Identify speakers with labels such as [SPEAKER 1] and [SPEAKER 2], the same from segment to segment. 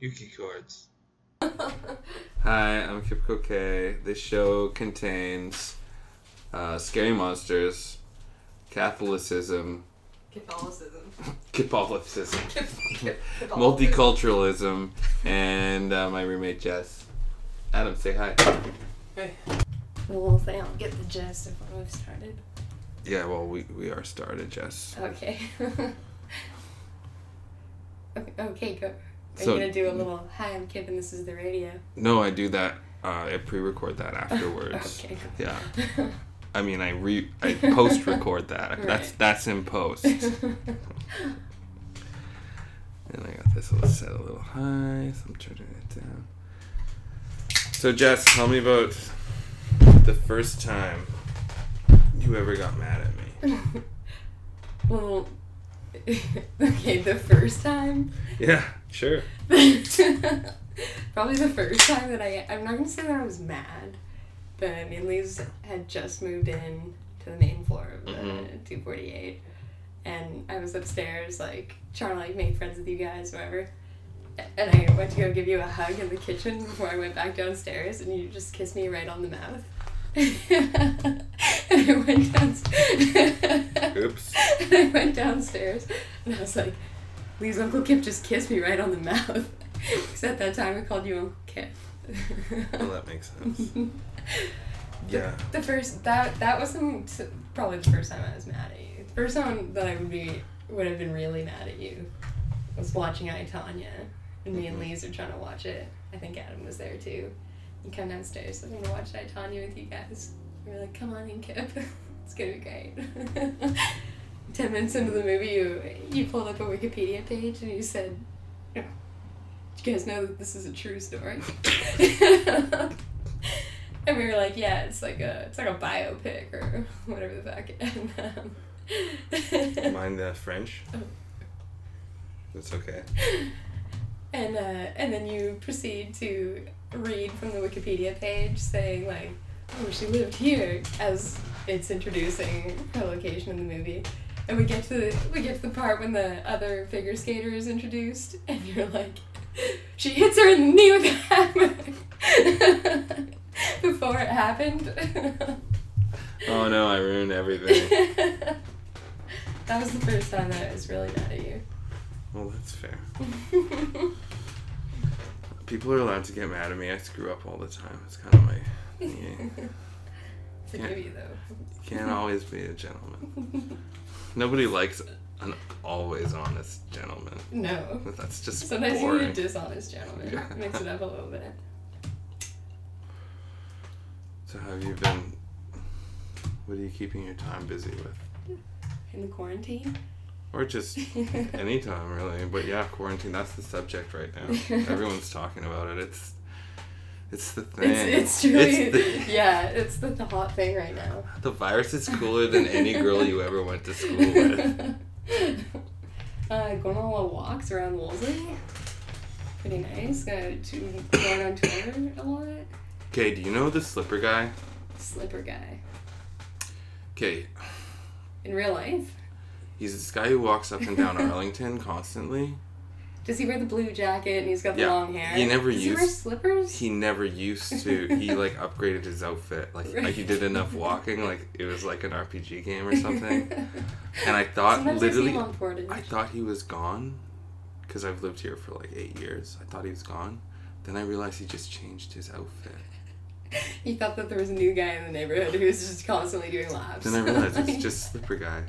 [SPEAKER 1] Yuki chords.
[SPEAKER 2] Hi, I'm Kipko K. This show contains uh, scary monsters, Catholicism,
[SPEAKER 3] Catholicism.
[SPEAKER 2] Catholicism,
[SPEAKER 3] Catholicism.
[SPEAKER 2] multiculturalism, and uh, my roommate Jess. Adam, say hi.
[SPEAKER 4] Well, if they don't get the gist of where we've started.
[SPEAKER 2] Yeah, well, we, we are started, Jess.
[SPEAKER 4] Okay. okay, okay, go. Are
[SPEAKER 2] So-
[SPEAKER 4] you gonna do a little hi? I'm Kip, and this is the radio.
[SPEAKER 2] No, I do that. Uh, I pre-record that afterwards.
[SPEAKER 4] okay.
[SPEAKER 2] Yeah,
[SPEAKER 4] cool.
[SPEAKER 2] I mean, I re I post-record that. That's
[SPEAKER 4] Right.
[SPEAKER 2] that's in post. And I got this little set a little high, so I'm turning it down. So Jess, tell me about the first time you ever got mad at me.
[SPEAKER 4] well, okay, the first time.
[SPEAKER 2] Yeah, sure.
[SPEAKER 4] Probably the first time that I, I'm not gonna say that I was mad, but I mean, Lee's had just moved in to the main floor of the
[SPEAKER 2] Mhm.
[SPEAKER 4] 248, and I was upstairs, like, trying to, like, make friends with you guys, whatever. A- And I went to go give you a hug in the kitchen before I went back downstairs, and you just kissed me right on the mouth. and I went downstairs.
[SPEAKER 2] Oops.
[SPEAKER 4] And I went downstairs and I was like, Lee's Uncle Kip just kissed me right on the mouth. Because at that time I called you Uncle Kip.
[SPEAKER 2] Well, that makes sense. Yeah.
[SPEAKER 4] the first that that wasn't probably the first time I was mad at you. The first time that I would be would have been really mad at you was watching I Tanya. And me and
[SPEAKER 2] Mhm.
[SPEAKER 4] Lee's were trying to watch it. I think Adam was there too. You come downstairs, I'm gonna watch I Tanya with you guys. We were like, come on in, Kip. It's gonna be great. Ten minutes into the movie, you you pulled up a Wikipedia page and you said, "Do you guys know that this is a true story?" and we were like, "Yeah, it's like a it's like a biopic or whatever the fuck." um, And, um,
[SPEAKER 2] Mind the French.
[SPEAKER 4] Oh.
[SPEAKER 2] That's okay.
[SPEAKER 4] and uh, and then you proceed to read from the Wikipedia page saying like, "Oh, she lived here," as it's introducing her location in the movie. And we get to the, we get to the part when the other figure skater is introduced, and you're like, "She hits her in the knee with a hammer." Before it happened.
[SPEAKER 2] Oh no, I ruined everything.
[SPEAKER 4] that was the first time that I was really mad at
[SPEAKER 2] Well, that's fair.
[SPEAKER 4] you.
[SPEAKER 2] People are allowed to get mad at me. I screw up all the time. It's kind of my. Yeah.
[SPEAKER 4] Forgive you though.
[SPEAKER 2] Can't always be a gentleman. Nobody likes an always honest gentleman.
[SPEAKER 4] No.
[SPEAKER 2] But that's just
[SPEAKER 4] Sometimes you
[SPEAKER 2] boring.
[SPEAKER 4] need a dishonest gentleman.
[SPEAKER 2] Yeah.
[SPEAKER 4] Mix it up a little bit.
[SPEAKER 2] So how have you been? What are you keeping your time busy with?
[SPEAKER 4] In the quarantine.
[SPEAKER 2] Or just anytime really. But yeah, quarantine. That's the subject right now. Everyone's talking about it. It's it's the thing.
[SPEAKER 4] It's, it's truly,
[SPEAKER 2] It's the,
[SPEAKER 4] yeah, it's the, the hot thing right now.
[SPEAKER 2] the virus is cooler than any girl you ever went to school with.
[SPEAKER 4] uh, going on little walks around Wolseley. Pretty nice. Got to going on tour a lot.
[SPEAKER 2] Okay, do you know the slipper guy?
[SPEAKER 4] Slipper guy.
[SPEAKER 2] Okay,
[SPEAKER 4] In real life,
[SPEAKER 2] he's this guy who walks up and down Arlington constantly.
[SPEAKER 4] does he wear the blue jacket and he's got the
[SPEAKER 2] Yeah,
[SPEAKER 4] long hair?
[SPEAKER 2] he never
[SPEAKER 4] does He wear
[SPEAKER 2] used-
[SPEAKER 4] slippers.
[SPEAKER 2] he never used to. He like upgraded his outfit. Like, like he did enough walking. Like it was like an RPG game or something. And I thought
[SPEAKER 4] Sometimes I see
[SPEAKER 2] literally,
[SPEAKER 4] him on Portage.
[SPEAKER 2] I thought he was gone, because I've lived here for like eight years. I thought he was gone. Then I realized he just changed his outfit.
[SPEAKER 4] He thought that there was a new guy in the neighborhood who was just constantly doing laps.
[SPEAKER 2] Then I realized it's just slipper guy.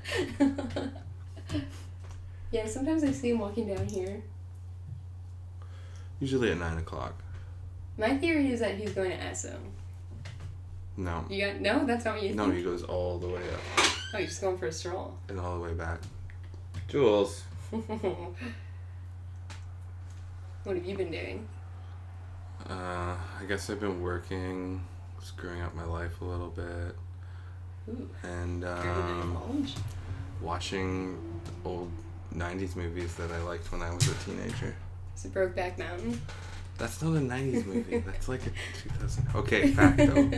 [SPEAKER 4] yeah, sometimes I see him walking down here.
[SPEAKER 2] Usually at nine o'clock.
[SPEAKER 4] My theory is that he's going to Esso.
[SPEAKER 2] No,
[SPEAKER 4] You got no? That's not what you
[SPEAKER 2] no,
[SPEAKER 4] think.
[SPEAKER 2] he goes all the way up
[SPEAKER 4] Oh, you're just going for a stroll.
[SPEAKER 2] and all the way back. Jules,
[SPEAKER 4] what have you been doing?
[SPEAKER 2] uh, I guess I've been working, screwing up my life a little bit,
[SPEAKER 4] Ooh,
[SPEAKER 2] and
[SPEAKER 4] very nice
[SPEAKER 2] um,
[SPEAKER 4] knowledge.
[SPEAKER 2] watching old 90s movies that I liked when I was a teenager.
[SPEAKER 4] Is it Brokeback Mountain?
[SPEAKER 2] That's not a 90s movie. That's like a 2000. Okay, fact though.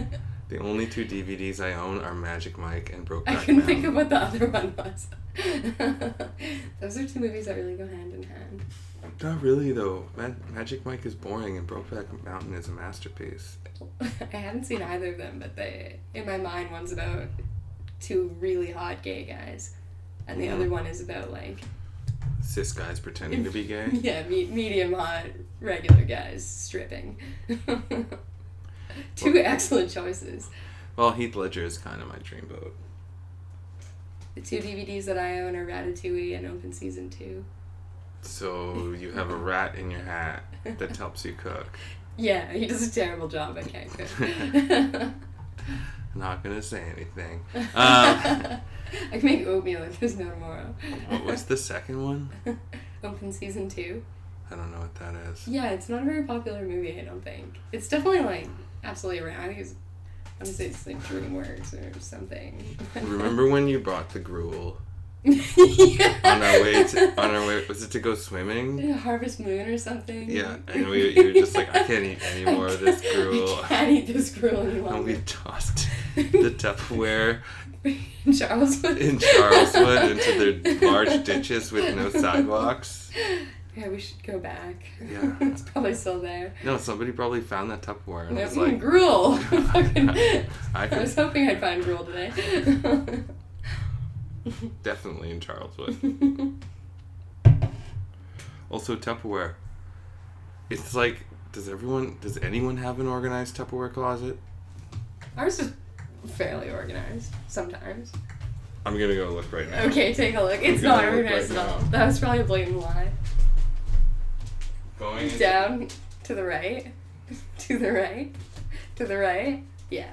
[SPEAKER 2] The only two DVDs I own are Magic Mike and Brokeback
[SPEAKER 4] I couldn't think of
[SPEAKER 2] Mountain.
[SPEAKER 4] what the other one was. Those are two movies that really go hand in hand.
[SPEAKER 2] Not really, though. Ma- Magic Mike is boring, and Brokeback Mountain is a masterpiece.
[SPEAKER 4] I haven't seen either of them, but they in my mind one's about two really hot gay guys, and the
[SPEAKER 2] Mhm.
[SPEAKER 4] other one is about like
[SPEAKER 2] Cis guys pretending to be gay.
[SPEAKER 4] yeah me- medium hot regular guys stripping. two
[SPEAKER 2] Well-
[SPEAKER 4] excellent choices.
[SPEAKER 2] Well, Heath Ledger is kind of my dream boat.
[SPEAKER 4] The two DVDs that I own are Ratatouille and Open Season Two.
[SPEAKER 2] So you have a rat in your hat that helps you cook.
[SPEAKER 4] Yeah, he does a terrible job. I can't cook.
[SPEAKER 2] I'm not gonna say anything. Um,
[SPEAKER 4] I can make oatmeal if there's no tomorrow.
[SPEAKER 2] what was the second one?
[SPEAKER 4] Open season two.
[SPEAKER 2] I don't know what that is.
[SPEAKER 4] Yeah, it's not a very popular movie, I don't think. It's definitely like absolutely around. I think it's, I want to say it's like DreamWorks or something.
[SPEAKER 2] Remember when you brought the gruel
[SPEAKER 4] yeah.
[SPEAKER 2] on our way to, on our way was it to go swimming?
[SPEAKER 4] Harvest Moon or something.
[SPEAKER 2] Yeah, and we- you were just like, "I can't eat any
[SPEAKER 4] I
[SPEAKER 2] more of this
[SPEAKER 4] can't-
[SPEAKER 2] gruel."
[SPEAKER 4] I can't eat this gruel any
[SPEAKER 2] And we
[SPEAKER 4] longer.
[SPEAKER 2] tossed the Tupperware
[SPEAKER 4] Charleswood.
[SPEAKER 2] in Charleswood into their large ditches with no sidewalks.
[SPEAKER 4] Yeah, we should go back.
[SPEAKER 2] Yeah.
[SPEAKER 4] it's probably still there.
[SPEAKER 2] No, somebody probably found that Tupperware and was
[SPEAKER 4] Mm,
[SPEAKER 2] like,
[SPEAKER 4] gruel. Fucking-
[SPEAKER 2] I
[SPEAKER 4] I was
[SPEAKER 2] could
[SPEAKER 4] hoping I'd find gruel today.
[SPEAKER 2] definitely in Charleswood. Also Tupperware. It's like, does everyone, does anyone have an organized Tupperware closet?
[SPEAKER 4] Ours is fairly organized sometimes.
[SPEAKER 2] I'm gonna go look right now.
[SPEAKER 4] Okay, take a look. It's
[SPEAKER 2] gonna
[SPEAKER 4] not
[SPEAKER 2] look
[SPEAKER 4] organized
[SPEAKER 2] right
[SPEAKER 4] at all.
[SPEAKER 2] now.
[SPEAKER 4] That was probably a blatant lie.
[SPEAKER 2] Going into-
[SPEAKER 4] Down to the right, to the right, to the right. Yeah.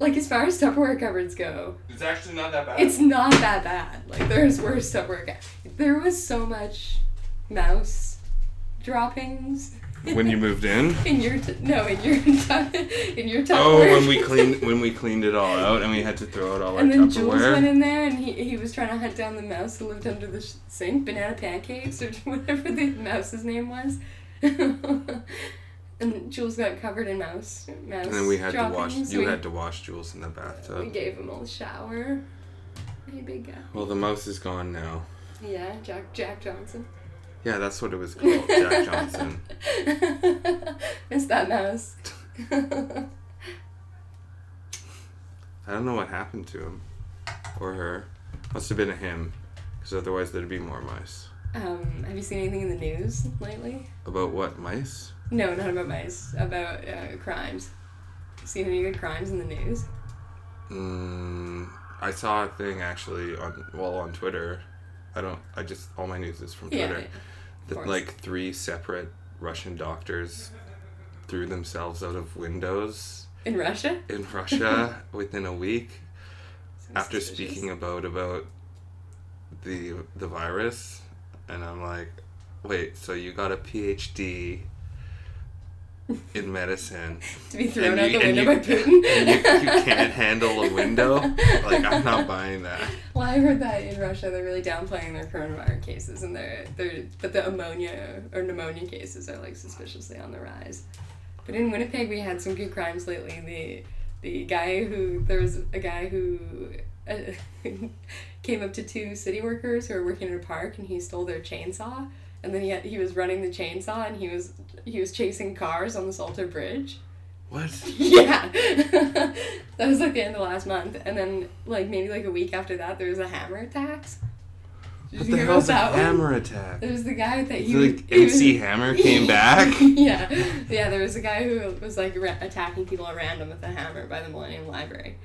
[SPEAKER 4] Like as far as Tupperware cupboards go,
[SPEAKER 2] It's actually not that bad.
[SPEAKER 4] it's not that bad. Like there's worse Tupperware. cu- There was so much mouse droppings.
[SPEAKER 2] when you moved in.
[SPEAKER 4] In your t- no, in your t- in your Tupperware.
[SPEAKER 2] Oh, when we cleaned when we cleaned it all out and we had to throw out all our
[SPEAKER 4] And then Jules went
[SPEAKER 2] Tupperware.
[SPEAKER 4] in there and he, he was trying to hunt down the mouse who lived under the sh- sink, banana pancakes, or whatever the mouse's name was. and Jules got covered in mouse. mouse
[SPEAKER 2] And then we had to wash.
[SPEAKER 4] droppings.
[SPEAKER 2] You
[SPEAKER 4] we,
[SPEAKER 2] had to wash Jules in the
[SPEAKER 4] We
[SPEAKER 2] bathtub.
[SPEAKER 4] gave him a shower. Hey, big guy.
[SPEAKER 2] Well, the mouse is gone now.
[SPEAKER 4] Yeah, Jack Jack Johnson.
[SPEAKER 2] Yeah, that's what it was called, Jack Johnson.
[SPEAKER 4] Miss that mouse.
[SPEAKER 2] I don't know what happened to him or her. Must have been a him, because otherwise there'd be more mice.
[SPEAKER 4] um, have you seen anything in the news lately?
[SPEAKER 2] About what mice?
[SPEAKER 4] No, not about mice. About uh, crimes. Seen any good crimes in the news?
[SPEAKER 2] Mm, I saw a thing actually on well on Twitter. I don't. I just all my news is from Twitter. that
[SPEAKER 4] course.
[SPEAKER 2] like three separate Russian doctors threw themselves out of windows
[SPEAKER 4] In Russia?
[SPEAKER 2] in Russia within a week
[SPEAKER 4] Sounds
[SPEAKER 2] after
[SPEAKER 4] suspicious.
[SPEAKER 2] speaking about about the the virus and I'm like wait so you got a PhD in medicine
[SPEAKER 4] To be thrown
[SPEAKER 2] and
[SPEAKER 4] out
[SPEAKER 2] you-
[SPEAKER 4] the
[SPEAKER 2] and
[SPEAKER 4] window
[SPEAKER 2] you-
[SPEAKER 4] by Putin?
[SPEAKER 2] and you, you can't handle a window like I'm not buying that
[SPEAKER 4] Well, I heard that in Russia they're really downplaying their coronavirus cases and they're, they're but the ammonia or pneumonia cases are like suspiciously on the rise. But in Winnipeg we had some good crimes lately. The the guy who there was a guy who uh, came up to two city workers who were working in a park and he stole their chainsaw and then he had, he was running the chainsaw and he was he was chasing cars on the Salter Bridge.
[SPEAKER 2] what
[SPEAKER 4] Yeah. that was like the end of last month. And then like maybe like a week after that there was a hammer attacks. Did
[SPEAKER 2] what
[SPEAKER 4] you
[SPEAKER 2] the
[SPEAKER 4] hear
[SPEAKER 2] hell's
[SPEAKER 4] about
[SPEAKER 2] a
[SPEAKER 4] that one?
[SPEAKER 2] hammer attack
[SPEAKER 4] There was the guy that he was-
[SPEAKER 2] like
[SPEAKER 4] he
[SPEAKER 2] MC
[SPEAKER 4] was,
[SPEAKER 2] Hammer came back
[SPEAKER 4] yeah. Yeah, there was a guy who was like ra- attacking people at random with a hammer by the Millennium Library.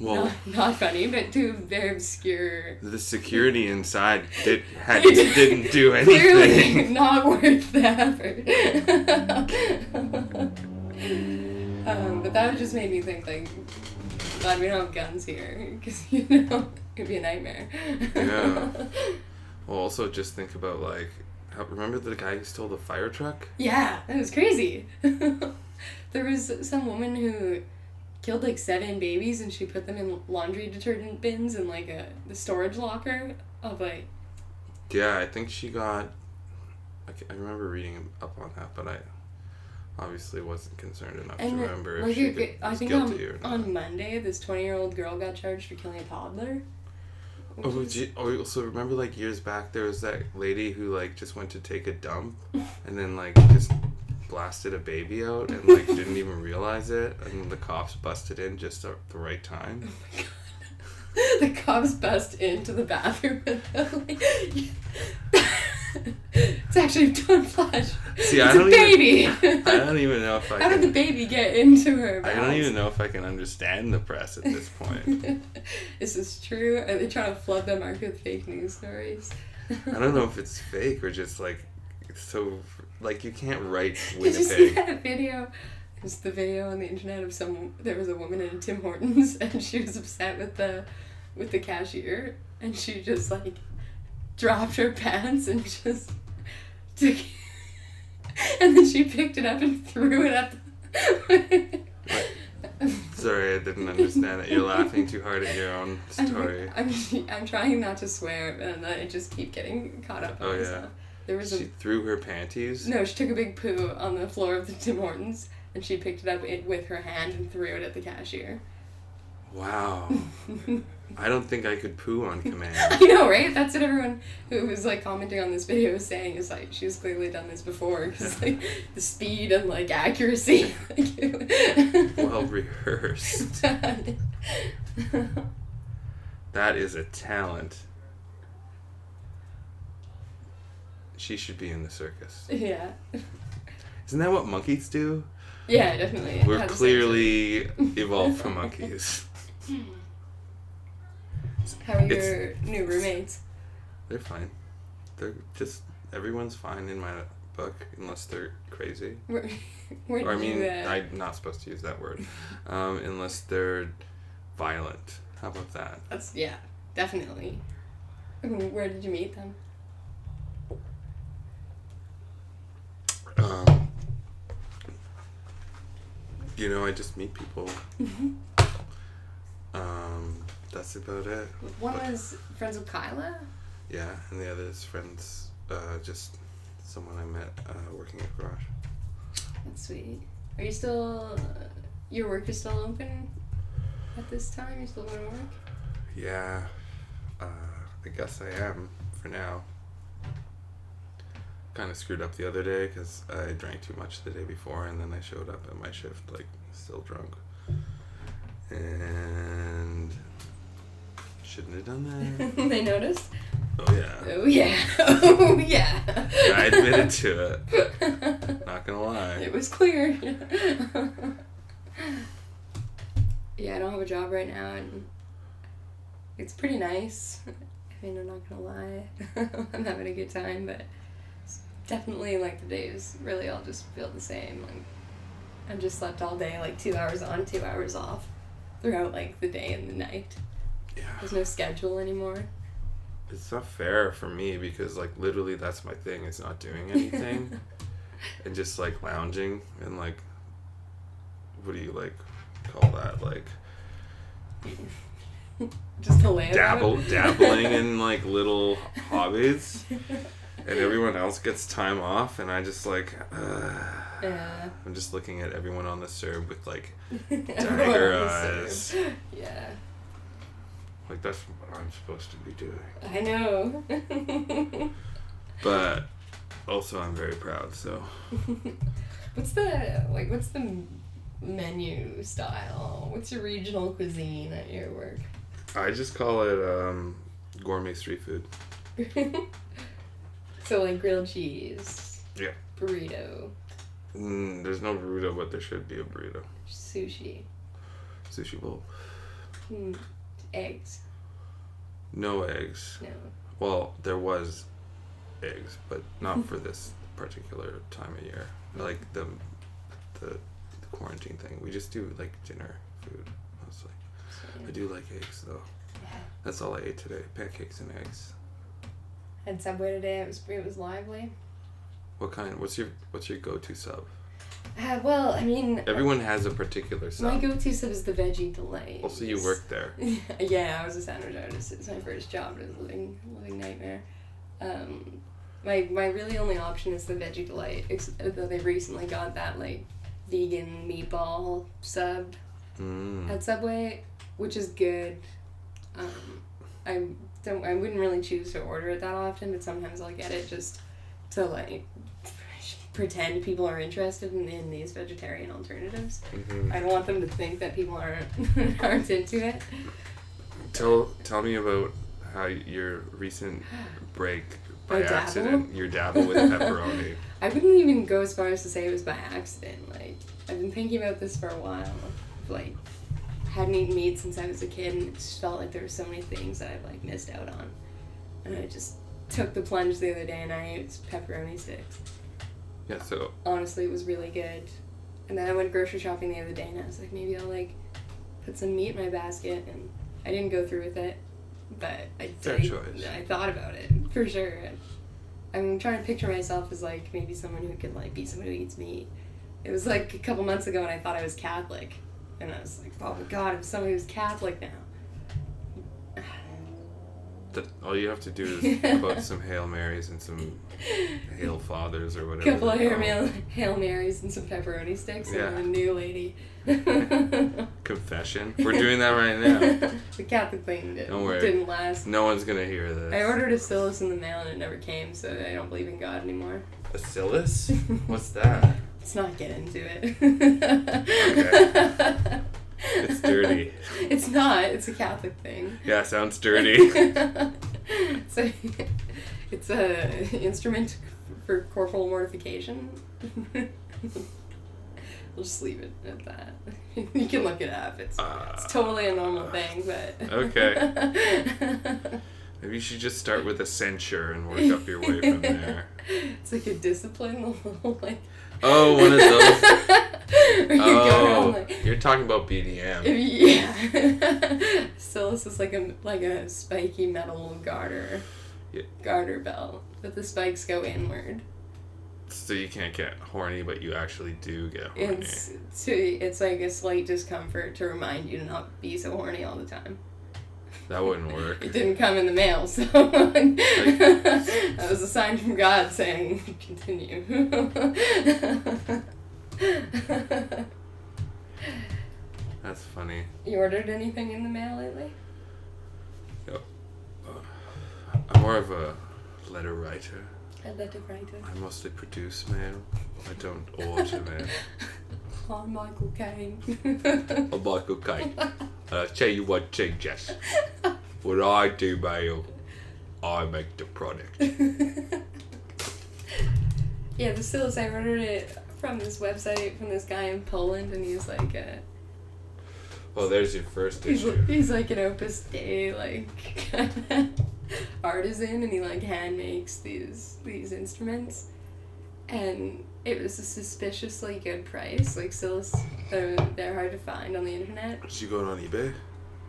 [SPEAKER 2] well
[SPEAKER 4] Not, not funny, but two very obscure
[SPEAKER 2] The security inside did, had, didn't do
[SPEAKER 4] Clearly
[SPEAKER 2] anything.
[SPEAKER 4] not worth the effort. um, but that just made me think, like, glad we don't have guns here, because you know it'd be a nightmare.
[SPEAKER 2] Yeah. Well, also just think about like, how, remember the guy who stole the fire truck?
[SPEAKER 4] yeah, that was crazy. there was some woman who killed like seven babies, and she put them in laundry detergent bins in like a the storage locker of like
[SPEAKER 2] Yeah, I think she got. I, ca- I remember reading up on that, but I obviously wasn't concerned enough to
[SPEAKER 4] And uh,
[SPEAKER 2] remember if
[SPEAKER 4] like
[SPEAKER 2] she
[SPEAKER 4] it,
[SPEAKER 2] did,
[SPEAKER 4] I
[SPEAKER 2] was
[SPEAKER 4] think
[SPEAKER 2] guilty or
[SPEAKER 4] on,
[SPEAKER 2] not.
[SPEAKER 4] on Monday, this twenty-year-old girl got charged for killing a toddler
[SPEAKER 2] Oh, would you oh, also remember like years back there was that lady who like just went to take a dump and then like just blasted a baby out and like didn't even realize it and the cops busted in just at the right time.
[SPEAKER 4] the cops bust into the bathroom and they're like, it's actually Dawn Flash.
[SPEAKER 2] See,
[SPEAKER 4] it's
[SPEAKER 2] I
[SPEAKER 4] a
[SPEAKER 2] don't
[SPEAKER 4] baby.
[SPEAKER 2] even I don't even know if I
[SPEAKER 4] How did
[SPEAKER 2] can
[SPEAKER 4] the baby get into her?
[SPEAKER 2] I don't
[SPEAKER 4] bowels?
[SPEAKER 2] even know if I can understand the press at this point.
[SPEAKER 4] is this true? Are they trying to flood the market with fake news stories?
[SPEAKER 2] I don't know if it's fake or just like it's so like you can't write
[SPEAKER 4] Did you see
[SPEAKER 2] Winnipeg.
[SPEAKER 4] that video? It was the video on the internet of some. There was a woman in a Tim Hortons, and she was upset with the, with the cashier, and she just like, dropped her pants and just, took, and then she picked it up and threw it up.
[SPEAKER 2] Sorry, I didn't understand that. You're laughing too hard at your own story.
[SPEAKER 4] I'm, I'm, I'm trying not to swear, and I just keep getting caught up on
[SPEAKER 2] Oh, yeah.
[SPEAKER 4] stuff. There was a
[SPEAKER 2] She threw her panties.
[SPEAKER 4] No, she took a big poo on the floor of the Tim Hortons and she picked it up it, with her hand and threw it at the cashier.
[SPEAKER 2] Wow. I don't think I could poo on command.
[SPEAKER 4] I know, right? That's what everyone who was like commenting on this video was saying is like she's clearly done this before because like the speed and like accuracy. like,
[SPEAKER 2] Well rehearsed.
[SPEAKER 4] done.
[SPEAKER 2] That is a talent. She should be in the circus.
[SPEAKER 4] yeah,
[SPEAKER 2] Isn't that what monkeys do?
[SPEAKER 4] yeah, definitely.
[SPEAKER 2] We're
[SPEAKER 4] Had sex-
[SPEAKER 2] clearly evolved from monkeys.
[SPEAKER 4] How are
[SPEAKER 2] it's-
[SPEAKER 4] your new roommates?
[SPEAKER 2] They're fine. They're just everyone's fine in my book unless they're crazy.
[SPEAKER 4] Where, where did
[SPEAKER 2] Or I mean,
[SPEAKER 4] you? Uh,
[SPEAKER 2] I'm not supposed to use that word. Um, unless they're violent. How about that?
[SPEAKER 4] that's yeah, definitely. Where did you meet them?
[SPEAKER 2] Um, you know, I just meet people.
[SPEAKER 4] Mm-hmm.
[SPEAKER 2] Um, that's about it.
[SPEAKER 4] One was friends with Kyla.
[SPEAKER 2] Yeah, and the other is friends, uh, just someone I met uh, working at Garage.
[SPEAKER 4] That's sweet. Are you still? uh, Your work is still open at this time. You're still going to work.
[SPEAKER 2] Yeah, uh, I guess I am for now. Kind of screwed up the other day because I drank too much the day before, and then I showed up at my shift like still drunk, and shouldn't have done that.
[SPEAKER 4] they noticed.
[SPEAKER 2] Oh yeah.
[SPEAKER 4] Oh yeah. Oh yeah.
[SPEAKER 2] I admitted to it. Not gonna lie.
[SPEAKER 4] it was clear. yeah, I don't have a job right now, and it's pretty nice. I mean, I'm not gonna lie. I'm having a good time, but it's definitely like the days really all just feel the same. Like I've just slept all day, like two hours on, two hours off, throughout like the day and the night.
[SPEAKER 2] Yeah.
[SPEAKER 4] There's no schedule anymore.
[SPEAKER 2] It's not fair for me because like literally that's my thing. It's not doing anything and just like lounging and like what do you like call that? Like
[SPEAKER 4] just a layout.
[SPEAKER 2] dabble dabbling in like little hobbies and everyone else gets time off and I just like uh,
[SPEAKER 4] Yeah.
[SPEAKER 2] I'm just looking at everyone on the serve with like Tiger eyes.
[SPEAKER 4] Yeah.
[SPEAKER 2] like that's what I'm supposed to be doing.
[SPEAKER 4] I know.
[SPEAKER 2] But also I'm very proud, so
[SPEAKER 4] what's the like? What's the m- menu style? What's your regional cuisine at your work?
[SPEAKER 2] I just call it um, gourmet street food.
[SPEAKER 4] so like grilled cheese.
[SPEAKER 2] Yeah.
[SPEAKER 4] Burrito,
[SPEAKER 2] Mm, there's no burrito, but there should be a burrito.
[SPEAKER 4] sushi,
[SPEAKER 2] Sushi bowl.
[SPEAKER 4] mm, eggs.
[SPEAKER 2] No eggs.
[SPEAKER 4] No.
[SPEAKER 2] Well, there was eggs, but not for this particular time of year. Like the, the the quarantine thing. We just do like dinner food mostly. I do like eggs though. That's all I ate today. Pancakes and eggs.
[SPEAKER 4] Had Subway today. It was it was lively.
[SPEAKER 2] What kind? What's your what's your go-to sub?
[SPEAKER 4] Uh, well, I mean,
[SPEAKER 2] Everyone has a particular
[SPEAKER 4] my
[SPEAKER 2] sub.
[SPEAKER 4] go-to sub is the veggie delight.
[SPEAKER 2] Also, you work there.
[SPEAKER 4] yeah, I was a sandwich artist. It was my first job. It was a living, living nightmare. Um, my, my really only option is the Veggie Delight, ex- though they recently got that, like, vegan meatball sub
[SPEAKER 2] Mm.
[SPEAKER 4] at Subway, which is good. Um, I don't I wouldn't really choose to order it that often, but sometimes I'll get it just to like pretend people are interested in, in these vegetarian alternatives.
[SPEAKER 2] Mhm.
[SPEAKER 4] I don't want them to think that people aren't aren't into it.
[SPEAKER 2] Tell tell me about how your recent break by
[SPEAKER 4] My dabble?
[SPEAKER 2] accident, your dabble with pepperoni.
[SPEAKER 4] I wouldn't even go as far as to say it was by accident. Like I've been thinking about this for a while. Like hadn't eaten meat since I was a kid, and it just felt like there were so many things that I like missed out on. And I just took the plunge the other day, and I ate pepperoni sticks.
[SPEAKER 2] yeah, so
[SPEAKER 4] honestly it was really good and then i went grocery shopping the other day and i was like maybe i'll like put some meat in my basket and i didn't go through with it but i
[SPEAKER 2] Fair
[SPEAKER 4] did-
[SPEAKER 2] choice.
[SPEAKER 4] i thought about it for sure i'm trying to picture myself as like maybe someone who could like be someone who eats meat it was like a couple months ago and i thought i was catholic and i was like oh my god i'm someone who's catholic now
[SPEAKER 2] th- all you have to do is about some Hail Marys and some Hail Fathers or whatever.
[SPEAKER 4] couple of
[SPEAKER 2] they're
[SPEAKER 4] Hail,
[SPEAKER 2] called.
[SPEAKER 4] Mar- Hail Marys and some pepperoni sticks
[SPEAKER 2] Yeah.
[SPEAKER 4] and a new lady.
[SPEAKER 2] Confession. We're doing that right now.
[SPEAKER 4] the Catholic thing did,
[SPEAKER 2] Don't worry.
[SPEAKER 4] didn't last.
[SPEAKER 2] No one's gonna hear this.
[SPEAKER 4] I ordered a Silas in the mail and it never came, so I don't believe in God anymore.
[SPEAKER 2] Bacillus? What's that?
[SPEAKER 4] Let's not get into it.
[SPEAKER 2] Okay. It's dirty.
[SPEAKER 4] It's not. It's a Catholic thing.
[SPEAKER 2] Yeah, sounds dirty.
[SPEAKER 4] so, it's a instrument for corporal mortification. we'll just leave it at that. you can look it up. It's
[SPEAKER 2] Uh,
[SPEAKER 4] it's totally a normal thing, but
[SPEAKER 2] Okay. maybe you should just start with a censure and work up your way from there.
[SPEAKER 4] It's like a discipline, a little like.
[SPEAKER 2] Oh, one of those.
[SPEAKER 4] Where you go around
[SPEAKER 2] Oh,
[SPEAKER 4] like,
[SPEAKER 2] you're talking about BDM.
[SPEAKER 4] yeah. Silas is like a like a spiky metal garter,
[SPEAKER 2] Yeah.
[SPEAKER 4] garter belt, but the spikes go inward.
[SPEAKER 2] So you can't get horny, but you actually do get horny.
[SPEAKER 4] It's to it's like a slight discomfort to remind you to not be so horny all the time.
[SPEAKER 2] That wouldn't work.
[SPEAKER 4] It didn't come in the mail, so that was a sign from God saying, "Continue."
[SPEAKER 2] That's funny.
[SPEAKER 4] you ordered anything in the mail lately?
[SPEAKER 2] I'm more of a letter writer.
[SPEAKER 4] I'd love to write it.
[SPEAKER 2] I mostly produce mail. I don't order mail.
[SPEAKER 4] Hi, Michael Caine.
[SPEAKER 2] Oh, Michael Caine. I'll tell you what, thing, Jess. When I do mail, I make the product.
[SPEAKER 4] yeah, the Silas, I ordered it from this website from this guy in Poland, and he's like uh, a.
[SPEAKER 2] Well, Oh, there's your first
[SPEAKER 4] He's,
[SPEAKER 2] issue.
[SPEAKER 4] he's like an Opus Dei like artisan, and he like hand makes these these instruments, and it was a suspiciously good price. Like Silas, they're, they're hard to find on the internet.
[SPEAKER 2] Is she going on eBay?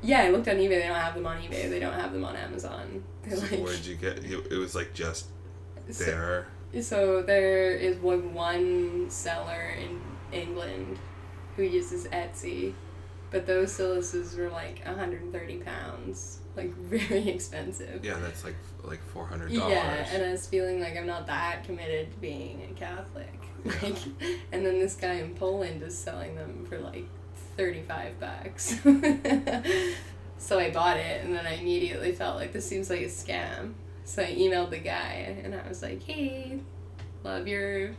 [SPEAKER 4] Yeah, I looked on eBay. They don't have them on eBay. They don't have them on Amazon. They're
[SPEAKER 2] So
[SPEAKER 4] like
[SPEAKER 2] Where'd you get? You, it was like just
[SPEAKER 4] so-
[SPEAKER 2] there.
[SPEAKER 4] So there is one one seller in England who uses Etsy, but those silices were like 130 pounds, like very expensive.
[SPEAKER 2] Yeah, that's like like four hundred dollars.
[SPEAKER 4] Yeah, and I was feeling like I'm not that committed to being a Catholic. Like, and then this guy in Poland is selling them for like 35 bucks. so I bought it, and then I immediately felt like this seems like a scam. So I emailed the guy, and I was like, hey, love your,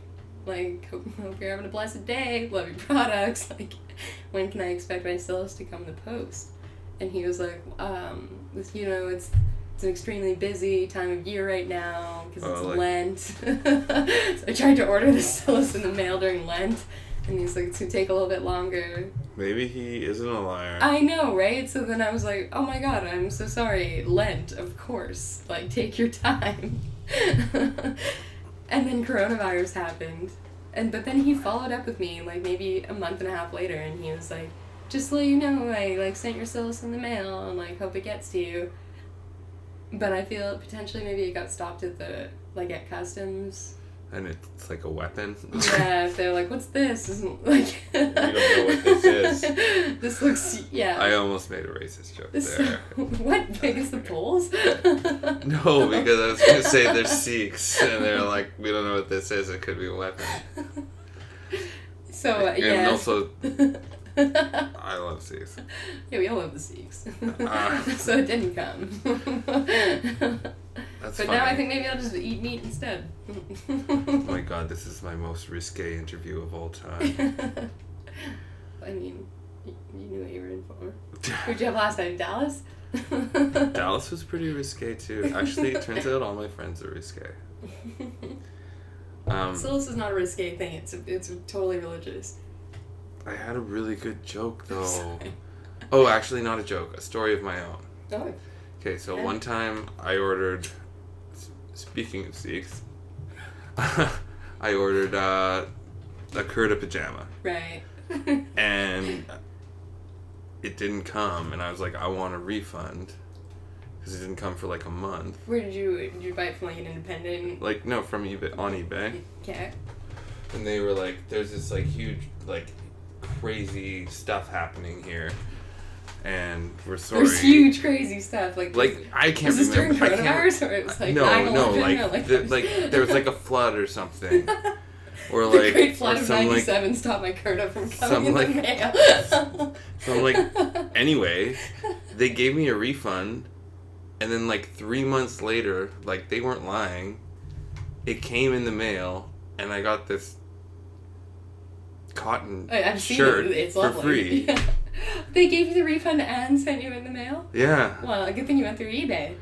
[SPEAKER 4] like, hope, hope you're having a blessed day, love your products. Like, when can I expect my sales to come to post? And he was like, um, this, you know, it's it's an extremely busy time of year right now because it's
[SPEAKER 2] Oh, like-
[SPEAKER 4] Lent. so I tried to order the Silas in the mail during Lent, and he's like, it's gonna take a little bit longer.
[SPEAKER 2] Maybe he isn't a liar.
[SPEAKER 4] I know, right? So then I was like, oh my god, I'm so sorry. Lent, of course. Like, take your time. and then coronavirus happened. And but then he followed up with me like maybe a month and a half later and he was like, just so you know, I like sent your syllabus in the mail and like hope it gets to you. But I feel potentially maybe it got stopped at the like at customs
[SPEAKER 2] and it's like a weapon.
[SPEAKER 4] yeah, if they're like, "What's this?" Isn't like. you don't
[SPEAKER 2] know what this is.
[SPEAKER 4] this looks yeah.
[SPEAKER 2] I almost made a racist joke
[SPEAKER 4] this,
[SPEAKER 2] there.
[SPEAKER 4] what big is the poles?
[SPEAKER 2] No, because I was gonna say they're Sikhs, and they're like, we don't know what this is. It could be a weapon.
[SPEAKER 4] So uh,
[SPEAKER 2] and
[SPEAKER 4] yeah.
[SPEAKER 2] also,
[SPEAKER 4] yeah,
[SPEAKER 2] I love C's.
[SPEAKER 4] we all love the Sikhs.
[SPEAKER 2] Ah.
[SPEAKER 4] so it didn't come.
[SPEAKER 2] That's
[SPEAKER 4] but
[SPEAKER 2] funny.
[SPEAKER 4] now I think maybe I'll just eat meat instead.
[SPEAKER 2] Oh my god, this is my most risque interview of all time.
[SPEAKER 4] I mean, you, you knew what you were in for. Who'd you have last night? Dallas?
[SPEAKER 2] Dallas was pretty risque too. Actually, it turns out all my friends are risque. Um,
[SPEAKER 4] Silas is not a risque thing. It's it's totally religious.
[SPEAKER 2] I had a really good joke though.
[SPEAKER 4] Sorry.
[SPEAKER 2] Oh, actually, not a joke, a story of my own.
[SPEAKER 4] Oh,
[SPEAKER 2] Okay, so
[SPEAKER 4] Okay.
[SPEAKER 2] one time I ordered. s- Speaking of Sikhs, I ordered uh, a kurta pajama,
[SPEAKER 4] right.
[SPEAKER 2] and it didn't come, and I was like, I want a refund, because it didn't come for like a month.
[SPEAKER 4] Where did you did you buy it from? Like an independent?
[SPEAKER 2] Like no, from eBay on eBay,
[SPEAKER 4] Okay.
[SPEAKER 2] and they were like, "There's this like huge like crazy stuff happening here, and we're sorry."
[SPEAKER 4] There's huge crazy stuff like
[SPEAKER 2] Like I can't
[SPEAKER 4] was this during
[SPEAKER 2] remember. I can't-
[SPEAKER 4] coronavirus or it was like
[SPEAKER 2] no,
[SPEAKER 4] 9/11?
[SPEAKER 2] no, like,
[SPEAKER 4] or, like,
[SPEAKER 2] the, like there was like a flood or something, or
[SPEAKER 4] the
[SPEAKER 2] like
[SPEAKER 4] Great
[SPEAKER 2] or
[SPEAKER 4] Flood of
[SPEAKER 2] some like
[SPEAKER 4] '97 stopped my Curta from
[SPEAKER 2] some,
[SPEAKER 4] coming in
[SPEAKER 2] like-
[SPEAKER 4] the mail.
[SPEAKER 2] some, like- anyway, they gave me a refund, and then like three months later, like they weren't lying, it came in the mail, and I got this cotton
[SPEAKER 4] I, have seen
[SPEAKER 2] shirt
[SPEAKER 4] it. It's
[SPEAKER 2] for
[SPEAKER 4] lovely.
[SPEAKER 2] free.
[SPEAKER 4] Yeah. They gave you the refund and sent you in the mail.
[SPEAKER 2] Yeah,
[SPEAKER 4] Well, good thing you went through eBay.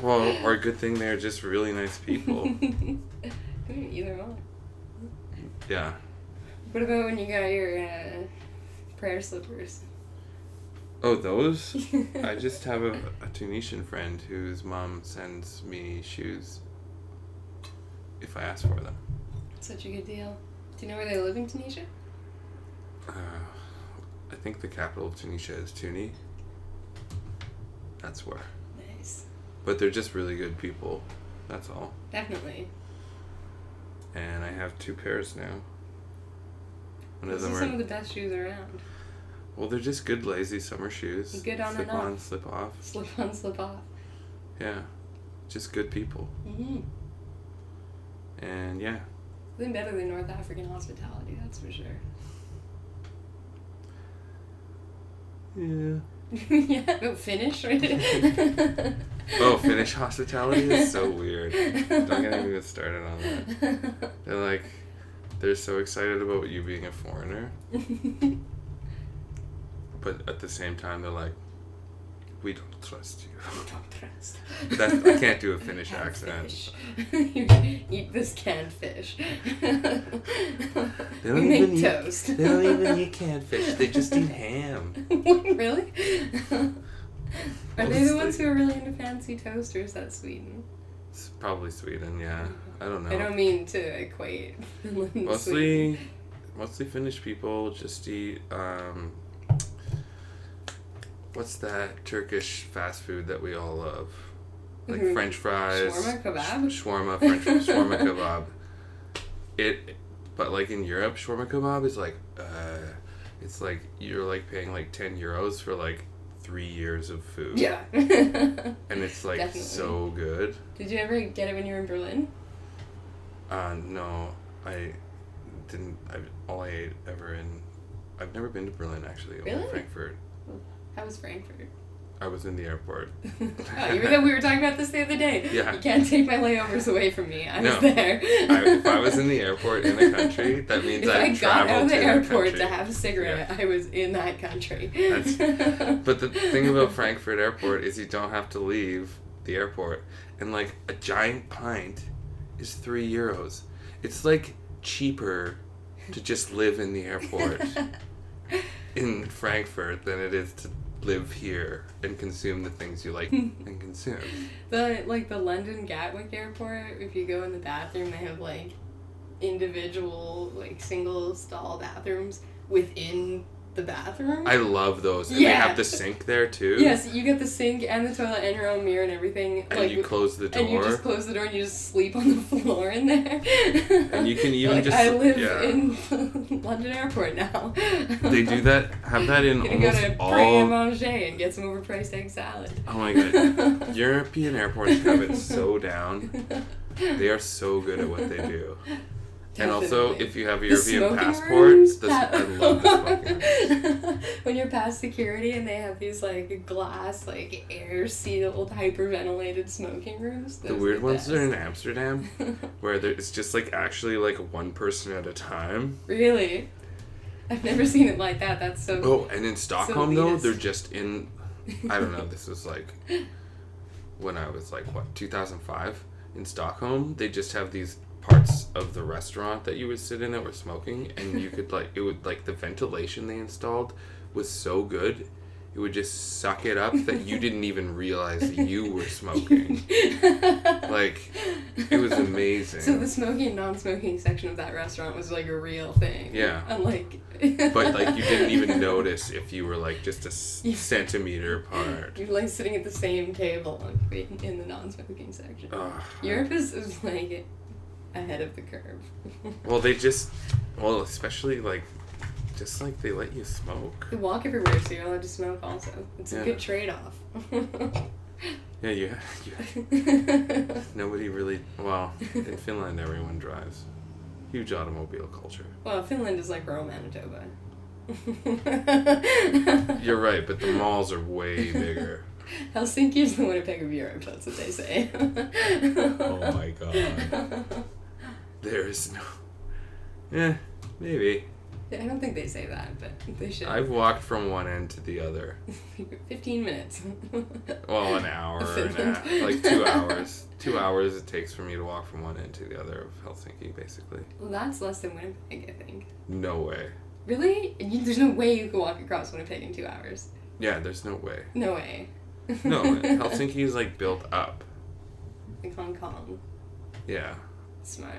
[SPEAKER 2] well, or good thing they're just really nice people.
[SPEAKER 4] Either one.
[SPEAKER 2] Yeah,
[SPEAKER 4] What about when you got your uh, prayer slippers?
[SPEAKER 2] oh those. I just have a, a Tunisian friend whose mom sends me shoes if I ask for them.
[SPEAKER 4] Such a good deal. Do you know where they live in Tunisia?
[SPEAKER 2] Uh, I think the capital of Tunisia is Tuni. That's where.
[SPEAKER 4] Nice.
[SPEAKER 2] But they're just really good people. That's all.
[SPEAKER 4] Definitely.
[SPEAKER 2] And I have two pairs now. One of
[SPEAKER 4] Those
[SPEAKER 2] them
[SPEAKER 4] are some of
[SPEAKER 2] are
[SPEAKER 4] the best shoes around.
[SPEAKER 2] well, they're just good lazy summer shoes.
[SPEAKER 4] Good on and
[SPEAKER 2] slip on,
[SPEAKER 4] off.
[SPEAKER 2] slip off.
[SPEAKER 4] Slip on, slip off.
[SPEAKER 2] Yeah, just good people.
[SPEAKER 4] Mm-hmm.
[SPEAKER 2] And yeah,
[SPEAKER 4] Nothing better than North African hospitality, that's for sure.
[SPEAKER 2] yeah.
[SPEAKER 4] yeah, Oh, but Finnish, right?
[SPEAKER 2] Oh, Finnish hospitality is so weird. Don't get me started on that. They're like, they're so excited about you being a foreigner, but at the same time, they're like, we don't trust you. That's, I can't do a Finnish
[SPEAKER 4] Canned
[SPEAKER 2] accent.
[SPEAKER 4] fish. you can eat this canned fish. we
[SPEAKER 2] don't
[SPEAKER 4] make
[SPEAKER 2] even eat-
[SPEAKER 4] toast.
[SPEAKER 2] They don't even eat canned fish, they just eat ham.
[SPEAKER 4] really? are they the
[SPEAKER 2] Honestly.
[SPEAKER 4] ones who are really into fancy toast, or is that Sweden?
[SPEAKER 2] It's probably Sweden, yeah. I don't know.
[SPEAKER 4] I don't mean to equate. Finland and Sweden.
[SPEAKER 2] mostly, mostly Finnish people just eat, um, what's that Turkish fast food that we all love? Like
[SPEAKER 4] Mhm.
[SPEAKER 2] French fries.
[SPEAKER 4] Shawarma kebab?
[SPEAKER 2] sh- shawarma, French shawarma kebab. It, but like in Europe, shawarma kebab is like, uh, it's like you're like paying like ten euros for like three years of food.
[SPEAKER 4] Yeah.
[SPEAKER 2] And it's like
[SPEAKER 4] Definitely.
[SPEAKER 2] so good.
[SPEAKER 4] Did you ever get it when you were in Berlin?
[SPEAKER 2] Uh, no, I didn't. I all I ate ever in. I've never been to Berlin actually. Only
[SPEAKER 4] Really?
[SPEAKER 2] Frankfurt.
[SPEAKER 4] How was Frankfurt?
[SPEAKER 2] I was in the airport.
[SPEAKER 4] oh, you were there, we were talking about this the other day.
[SPEAKER 2] Yeah.
[SPEAKER 4] You can't take my layovers away from me. I
[SPEAKER 2] No.
[SPEAKER 4] was there.
[SPEAKER 2] I, if I was in the airport in a country, that means
[SPEAKER 4] if
[SPEAKER 2] I,
[SPEAKER 4] I got
[SPEAKER 2] traveled
[SPEAKER 4] out of the
[SPEAKER 2] to
[SPEAKER 4] airport
[SPEAKER 2] that
[SPEAKER 4] to
[SPEAKER 2] country.
[SPEAKER 4] have a cigarette, I was in that country.
[SPEAKER 2] That's- But the thing about Frankfurt Airport is you don't have to leave the airport, and like a giant pint is three euros. It's like cheaper to just live in the airport in Frankfurt than it is to live here and consume the things you like and consume.
[SPEAKER 4] the like the London Gatwick airport, if you go in the bathroom, they have like individual like single stall bathrooms within the bathroom.
[SPEAKER 2] I love those. And they
[SPEAKER 4] Yeah.
[SPEAKER 2] have the sink there too.
[SPEAKER 4] Yes, you get the sink and the toilet and your own mirror and everything.
[SPEAKER 2] And
[SPEAKER 4] like
[SPEAKER 2] you close the door.
[SPEAKER 4] and you just close the door and you just sleep on the floor in there.
[SPEAKER 2] And you can even
[SPEAKER 4] Like,
[SPEAKER 2] just-
[SPEAKER 4] I live
[SPEAKER 2] yeah.
[SPEAKER 4] in London Airport now.
[SPEAKER 2] they do that have that in
[SPEAKER 4] You can go
[SPEAKER 2] almost
[SPEAKER 4] to Pré
[SPEAKER 2] all
[SPEAKER 4] Manger and get some overpriced egg salad.
[SPEAKER 2] Oh my god. European airports have it so down. They are so good at what they do. And also,
[SPEAKER 4] Definitely.
[SPEAKER 2] if you have a
[SPEAKER 4] The
[SPEAKER 2] European
[SPEAKER 4] smoking
[SPEAKER 2] passport,
[SPEAKER 4] rooms,
[SPEAKER 2] this,
[SPEAKER 4] that-
[SPEAKER 2] I love this fucking room.
[SPEAKER 4] when you're past security and they have these like glass, like air sealed, hyperventilated smoking rooms.
[SPEAKER 2] The
[SPEAKER 4] those
[SPEAKER 2] weird
[SPEAKER 4] the
[SPEAKER 2] ones are in
[SPEAKER 4] best.
[SPEAKER 2] Amsterdam, where there, it's just like actually like one person at a time.
[SPEAKER 4] really, I've never seen it like that. That's so.
[SPEAKER 2] Oh, and in Stockholm though,
[SPEAKER 4] elitist.
[SPEAKER 2] they're just in. I don't know. This was like when I was like what 2005 in Stockholm. They just have these parts of the restaurant that you would sit in that were smoking, and you could like it would like the ventilation they installed was so good. It would just suck it up that you didn't even realize that you were smoking. Like it was amazing.
[SPEAKER 4] So the smoking and non-smoking section of that restaurant was like a real thing.
[SPEAKER 2] Yeah.
[SPEAKER 4] Unlike.
[SPEAKER 2] but like you didn't even notice if you were like just a s- centimeter apart.
[SPEAKER 4] You're like sitting at the same table in in the non-smoking section.
[SPEAKER 2] Ugh.
[SPEAKER 4] Europe is, is like ahead of the curve.
[SPEAKER 2] Well, they just, well, especially like, just like they let you smoke.
[SPEAKER 4] You walk everywhere, so you're allowed to smoke. Also, it's
[SPEAKER 2] Yeah.
[SPEAKER 4] a good trade-off.
[SPEAKER 2] Yeah, you, you nobody really. Well, in Finland, everyone drives. Huge automobile culture.
[SPEAKER 4] well, Finland is like rural Manitoba.
[SPEAKER 2] You're right, but the malls are way bigger.
[SPEAKER 4] Helsinki is the Winnipeg of Europe. That's what they say.
[SPEAKER 2] Oh my god, there is no. Yeah, maybe.
[SPEAKER 4] I don't think they say that, but they should.
[SPEAKER 2] I've walked from one end to the other.
[SPEAKER 4] Fifteen minutes.
[SPEAKER 2] Well, an hour and a
[SPEAKER 4] Finland.
[SPEAKER 2] half, like two hours. Two hours it takes for me to walk from one end to the other of Helsinki, basically.
[SPEAKER 4] Well, that's less than Winnipeg, I think.
[SPEAKER 2] No way.
[SPEAKER 4] Really? You, there's no way you can walk across Winnipeg in two hours.
[SPEAKER 2] Yeah, there's no way.
[SPEAKER 4] No way.
[SPEAKER 2] No, Helsinki is like built up.
[SPEAKER 4] Like Hong Kong.
[SPEAKER 2] Yeah.
[SPEAKER 4] Smart.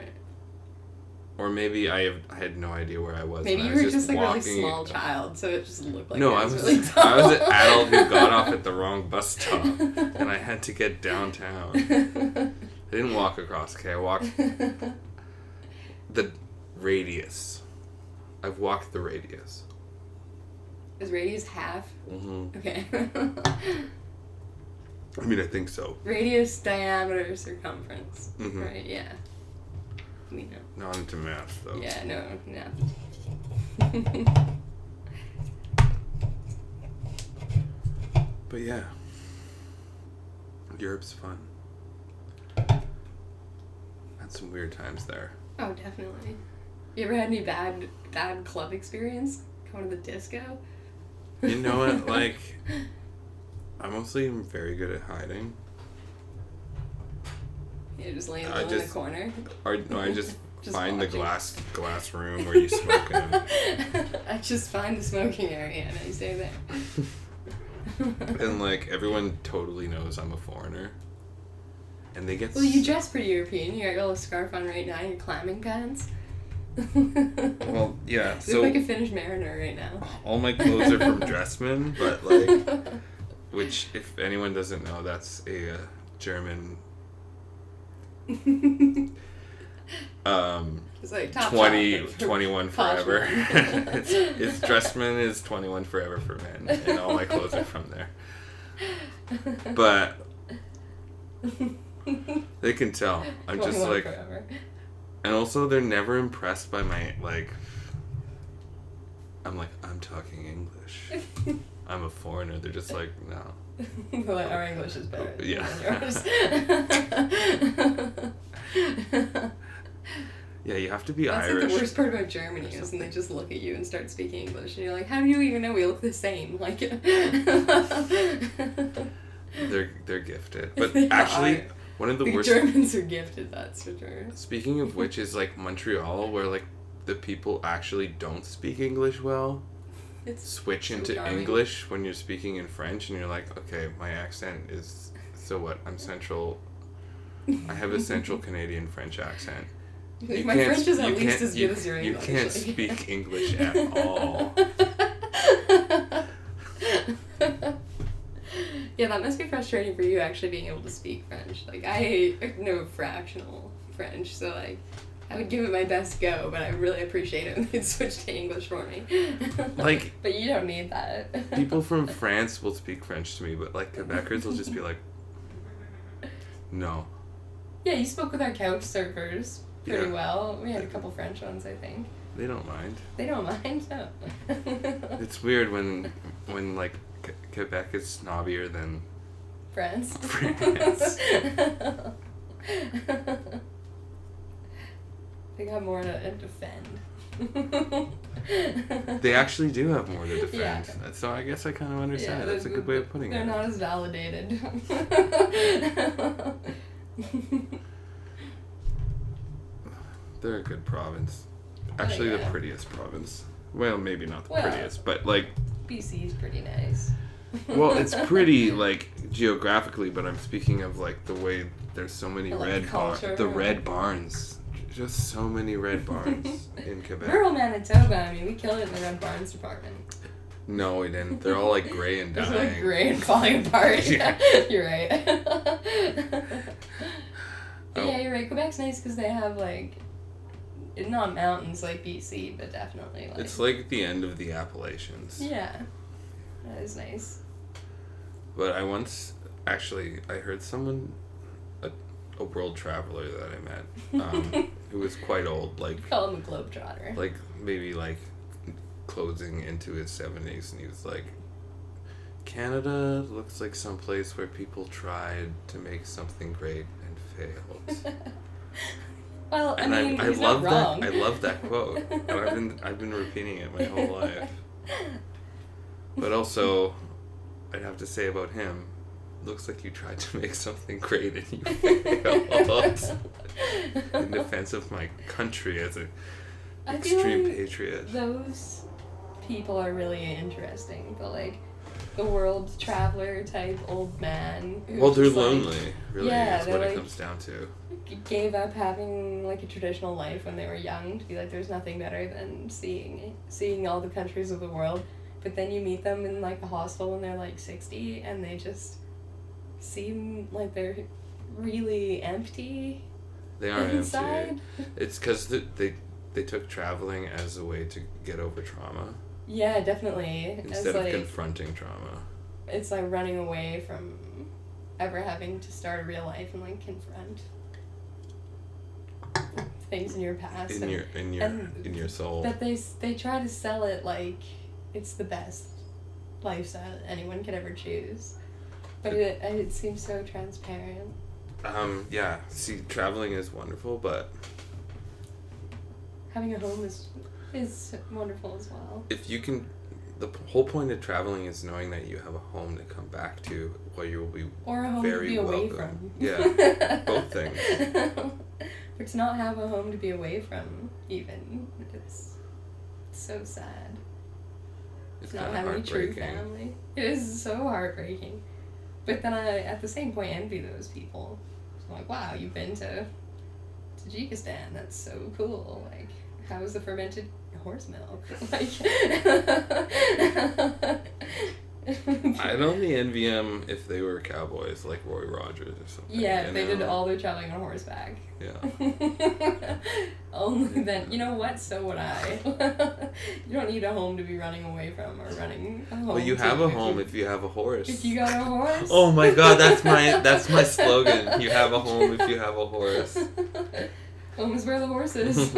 [SPEAKER 2] Or maybe I have, I had no idea where I was.
[SPEAKER 4] Maybe
[SPEAKER 2] and
[SPEAKER 4] you
[SPEAKER 2] I
[SPEAKER 4] were
[SPEAKER 2] was
[SPEAKER 4] just, like a really small child, so it just looked like
[SPEAKER 2] no,
[SPEAKER 4] it
[SPEAKER 2] I was
[SPEAKER 4] really
[SPEAKER 2] I was an
[SPEAKER 4] tall.
[SPEAKER 2] adult who got off at the wrong bus stop, Oh, and I had to get downtown. I didn't walk across. Okay, I walked the radius. I've walked the radius.
[SPEAKER 4] Is radius half?
[SPEAKER 2] Mm-hmm.
[SPEAKER 4] Okay.
[SPEAKER 2] I mean, I think so.
[SPEAKER 4] radius, diameter, circumference.
[SPEAKER 2] Mhm.
[SPEAKER 4] Right, yeah. We know.
[SPEAKER 2] Not into math though.
[SPEAKER 4] Yeah, no, no.
[SPEAKER 2] But yeah, Europe's fun. Had some weird times there.
[SPEAKER 4] oh, definitely. You ever had any bad bad club experience? Going to the disco?
[SPEAKER 2] You know what? Like, I mostly am very good at hiding.
[SPEAKER 4] You're just laying
[SPEAKER 2] I
[SPEAKER 4] low in the
[SPEAKER 2] just-
[SPEAKER 4] corner.
[SPEAKER 2] Or no, I just,
[SPEAKER 4] Just
[SPEAKER 2] find the
[SPEAKER 4] watching.
[SPEAKER 2] glass glass room where you smoke in.
[SPEAKER 4] I just find the smoking area and I stay there.
[SPEAKER 2] and like everyone totally knows I'm a foreigner, and they get
[SPEAKER 4] well, you
[SPEAKER 2] s-
[SPEAKER 4] dress pretty European. You got your little scarf on right now. Your climbing pants.
[SPEAKER 2] well yeah.
[SPEAKER 4] you
[SPEAKER 2] So
[SPEAKER 4] look like a Finnish mariner right now.
[SPEAKER 2] all my clothes are from Dressmann, but like, which if anyone doesn't know, that's a uh, German um
[SPEAKER 4] it's like top
[SPEAKER 2] 20,
[SPEAKER 4] shop.
[SPEAKER 2] 21
[SPEAKER 4] Posh
[SPEAKER 2] forever.
[SPEAKER 4] women.
[SPEAKER 2] it's, it's Dressman is 21 forever for men, and all my clothes are from there. But they can tell. I'm just
[SPEAKER 4] 21
[SPEAKER 2] like,
[SPEAKER 4] forever.
[SPEAKER 2] and also they're never impressed by my, like, I'm like, I'm talking English. I'm a foreigner. They're just like, no.
[SPEAKER 4] Well, our English is better. than
[SPEAKER 2] Yeah.
[SPEAKER 4] yours.
[SPEAKER 2] Yeah, you have to be
[SPEAKER 4] That's
[SPEAKER 2] Irish.
[SPEAKER 4] like the worst part about Germany is when they just look at you and start speaking English, and you're like, "How do you even know we look the same?" Like, the
[SPEAKER 2] They're they're gifted, but
[SPEAKER 4] They
[SPEAKER 2] actually,
[SPEAKER 4] are.
[SPEAKER 2] one of the worst.
[SPEAKER 4] Germans are gifted. That's for sure.
[SPEAKER 2] Speaking of which, is like Montreal, where like the people actually don't speak English well.
[SPEAKER 4] It's
[SPEAKER 2] switch
[SPEAKER 4] So
[SPEAKER 2] into
[SPEAKER 4] jarring.
[SPEAKER 2] English when you're speaking in French and you're like, okay, my accent is so what? I'm central. I have a central Canadian French accent. You
[SPEAKER 4] my
[SPEAKER 2] can't
[SPEAKER 4] French
[SPEAKER 2] sp-
[SPEAKER 4] is
[SPEAKER 2] you
[SPEAKER 4] at least
[SPEAKER 2] can't-
[SPEAKER 4] as
[SPEAKER 2] you-
[SPEAKER 4] good as your
[SPEAKER 2] you
[SPEAKER 4] English.
[SPEAKER 2] can't
[SPEAKER 4] like-
[SPEAKER 2] speak English at all.
[SPEAKER 4] yeah, that must be frustrating for you actually being able to speak French. Like I uh, know fractional French, so like I would give it my best go, but I really appreciate it when they switch to English for me.
[SPEAKER 2] Like-
[SPEAKER 4] but you don't need that.
[SPEAKER 2] People from France will speak French to me, but like Quebecers will just be like, no.
[SPEAKER 4] Yeah, you spoke with our couch surfers pretty
[SPEAKER 2] Yeah.
[SPEAKER 4] well. We had a couple French ones, I think.
[SPEAKER 2] They don't mind.
[SPEAKER 4] They don't mind, no.
[SPEAKER 2] It's weird when when like Q- Quebec is snobbier than
[SPEAKER 4] France.
[SPEAKER 2] France.
[SPEAKER 4] they got more to uh, defend.
[SPEAKER 2] they actually do have more to defend.
[SPEAKER 4] Yeah.
[SPEAKER 2] So I guess I kind of understand.
[SPEAKER 4] Yeah,
[SPEAKER 2] That's a
[SPEAKER 4] they're-
[SPEAKER 2] good way of putting
[SPEAKER 4] They're
[SPEAKER 2] it.
[SPEAKER 4] not as validated.
[SPEAKER 2] They're a good province. Actually, the
[SPEAKER 4] Oh, yeah.
[SPEAKER 2] prettiest province. Well, maybe not the
[SPEAKER 4] Well.
[SPEAKER 2] prettiest, but like,
[SPEAKER 4] BC is pretty nice.
[SPEAKER 2] well, it's pretty like geographically. But I'm speaking of like the way there's so many
[SPEAKER 4] Like the
[SPEAKER 2] red barns.
[SPEAKER 4] culture.
[SPEAKER 2] The red barns, J- just so many red barns in Quebec.
[SPEAKER 4] Rural Manitoba, I mean, we killed it in the Red Barns department.
[SPEAKER 2] No, we didn't. They're all like gray and
[SPEAKER 4] It's
[SPEAKER 2] dying.
[SPEAKER 4] like gray and falling apart.
[SPEAKER 2] Yeah.
[SPEAKER 4] you're right. But
[SPEAKER 2] Oh.
[SPEAKER 4] Yeah, you're right. Quebec's nice because they have like not mountains like BC, but definitely like
[SPEAKER 2] It's like the end of the Appalachians.
[SPEAKER 4] yeah, that is nice.
[SPEAKER 2] But I once actually I heard someone, a, a world traveler that I met, um, who was quite old, like
[SPEAKER 4] Call him a globetrotter.
[SPEAKER 2] like maybe like closing into his seventies, and he was like, "Canada looks like some place where people tried to make something great and failed."
[SPEAKER 4] well,
[SPEAKER 2] And
[SPEAKER 4] I
[SPEAKER 2] I,
[SPEAKER 4] mean,
[SPEAKER 2] I
[SPEAKER 4] he's
[SPEAKER 2] love
[SPEAKER 4] not wrong.
[SPEAKER 2] that. I love that quote, and I've been I've been repeating it my whole life. But also, I'd have to say about him, looks like you tried to make something great and you failed. In defense of my country as an
[SPEAKER 4] I feel
[SPEAKER 2] extreme
[SPEAKER 4] like
[SPEAKER 2] patriot.
[SPEAKER 4] Those people are really interesting, but like the world traveler type old man. who
[SPEAKER 2] Well, they're
[SPEAKER 4] just, like,
[SPEAKER 2] lonely, really,
[SPEAKER 4] yeah,
[SPEAKER 2] is
[SPEAKER 4] they're
[SPEAKER 2] what it
[SPEAKER 4] like-
[SPEAKER 2] comes down to.
[SPEAKER 4] g- Gave up having like a traditional life when they were young to be like, there's nothing better than seeing seeing all the countries of the world. But then you meet them in like a hostel when they're like sixty, and they just seem like they're really empty
[SPEAKER 2] They are empty.
[SPEAKER 4] inside.
[SPEAKER 2] It's because the, they they took traveling as a way to get over trauma
[SPEAKER 4] Yeah, definitely. It's
[SPEAKER 2] instead of
[SPEAKER 4] like-
[SPEAKER 2] confronting trauma.
[SPEAKER 4] it's like running away from ever having to start a real life and like confront things in your past
[SPEAKER 2] In
[SPEAKER 4] and,
[SPEAKER 2] your in your
[SPEAKER 4] and-
[SPEAKER 2] in your soul.
[SPEAKER 4] but they s- they try to sell it like it's the best lifestyle anyone could ever choose but it, and it seems so transparent
[SPEAKER 2] Um, yeah. See, traveling is wonderful, but
[SPEAKER 4] having a home is is wonderful as well
[SPEAKER 2] if you can the p- whole point of traveling is knowing that you have a home to come back to where you will be
[SPEAKER 4] or a home
[SPEAKER 2] Very
[SPEAKER 4] to be away
[SPEAKER 2] welcome.
[SPEAKER 4] from
[SPEAKER 2] Yeah, both things.
[SPEAKER 4] or to not have a home to be away from even it's so sad
[SPEAKER 2] it's
[SPEAKER 4] not
[SPEAKER 2] kind of
[SPEAKER 4] have any true
[SPEAKER 2] heartbreaking
[SPEAKER 4] family. It is so heartbreaking. But then I, at the same point, envy those people. I'm like, wow, you've been to Tajikistan. That's so cool. Like, how is the fermented horse milk? Like,
[SPEAKER 2] i'd only envy them if they were cowboys like roy rogers or something
[SPEAKER 4] Yeah,
[SPEAKER 2] you
[SPEAKER 4] they did
[SPEAKER 2] know?
[SPEAKER 4] all their traveling on horseback.
[SPEAKER 2] yeah
[SPEAKER 4] Only then, you know what? So would I. you don't need a home to be running away from or running a home.
[SPEAKER 2] well you
[SPEAKER 4] to
[SPEAKER 2] have a
[SPEAKER 4] if
[SPEAKER 2] home
[SPEAKER 4] you-
[SPEAKER 2] if you have a horse
[SPEAKER 4] If you got a horse.
[SPEAKER 2] oh my god that's my that's my slogan you have a home if you have a horse
[SPEAKER 4] Home is where the horse is.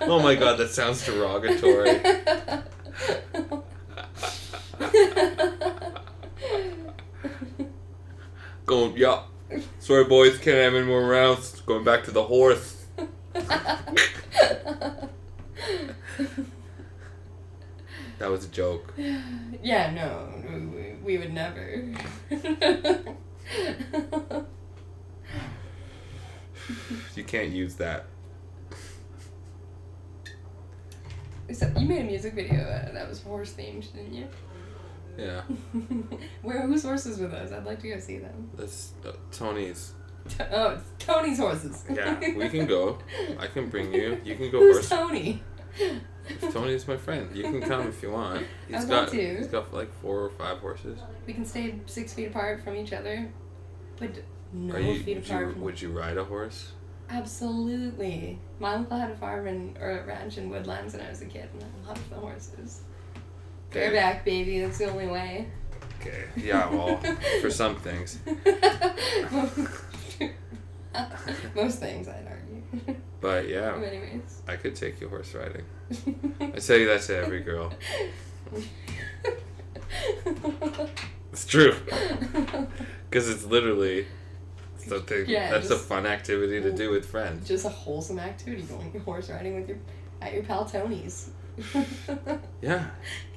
[SPEAKER 2] oh my god that sounds derogatory going yeah sorry boys can't have any more rounds going back to the horse that was a joke
[SPEAKER 4] yeah, no, we- we, we would never.
[SPEAKER 2] you can't use that
[SPEAKER 4] so you made a music video uh, that was horse themed, didn't you?
[SPEAKER 2] yeah
[SPEAKER 4] Where whose horses were those? I'd like to go see them.
[SPEAKER 2] That's uh, Tony's.
[SPEAKER 4] To- oh, it's Tony's horses.
[SPEAKER 2] Yeah, we can go. I can bring you. You can go horse.
[SPEAKER 4] Who's Tony?
[SPEAKER 2] Tony's my friend. You can come if you want. He's
[SPEAKER 4] I'd
[SPEAKER 2] got
[SPEAKER 4] love to.
[SPEAKER 2] he's got like four or five horses.
[SPEAKER 4] We can stay six feet apart from each other, but no
[SPEAKER 2] Are you,
[SPEAKER 4] feet
[SPEAKER 2] would,
[SPEAKER 4] apart.
[SPEAKER 2] you,
[SPEAKER 4] from-
[SPEAKER 2] would you ride a horse?
[SPEAKER 4] Absolutely. My uncle had a farm in, or a ranch in Woodlands when I was a kid, and I loved the horses.
[SPEAKER 2] Okay.
[SPEAKER 4] Bareback, baby. That's the only way.
[SPEAKER 2] Okay. Yeah. Well, for some things.
[SPEAKER 4] Most things, I'd argue.
[SPEAKER 2] But yeah,
[SPEAKER 4] Anyways.
[SPEAKER 2] I could take you horse riding. Oh. I say that to every girl. It's true. Because it's literally something
[SPEAKER 4] Yeah,
[SPEAKER 2] that's a
[SPEAKER 4] just-
[SPEAKER 2] fun activity to do with friends.
[SPEAKER 4] Just a wholesome activity going horse riding with your at your pal Tony's.
[SPEAKER 2] Yeah.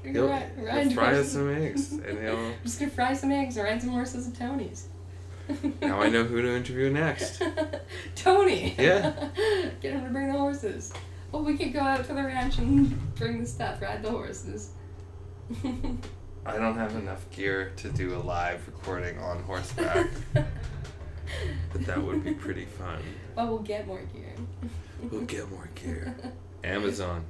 [SPEAKER 4] Go
[SPEAKER 2] You'll-
[SPEAKER 4] ri-
[SPEAKER 2] you'll
[SPEAKER 4] ride
[SPEAKER 2] fry us
[SPEAKER 4] horses.
[SPEAKER 2] some eggs and you'll.
[SPEAKER 4] I'm just gonna fry some eggs and ride some horses at Tony's.
[SPEAKER 2] Now I know who to interview next.
[SPEAKER 4] Tony.
[SPEAKER 2] Yeah.
[SPEAKER 4] Get him to bring the horses. Well, we could go out to the ranch and bring the stuff, ride the horses.
[SPEAKER 2] I don't have enough gear to do a live recording on horseback, but that would be pretty fun.
[SPEAKER 4] Well, we'll get more gear.
[SPEAKER 2] We'll get more gear. Amazon.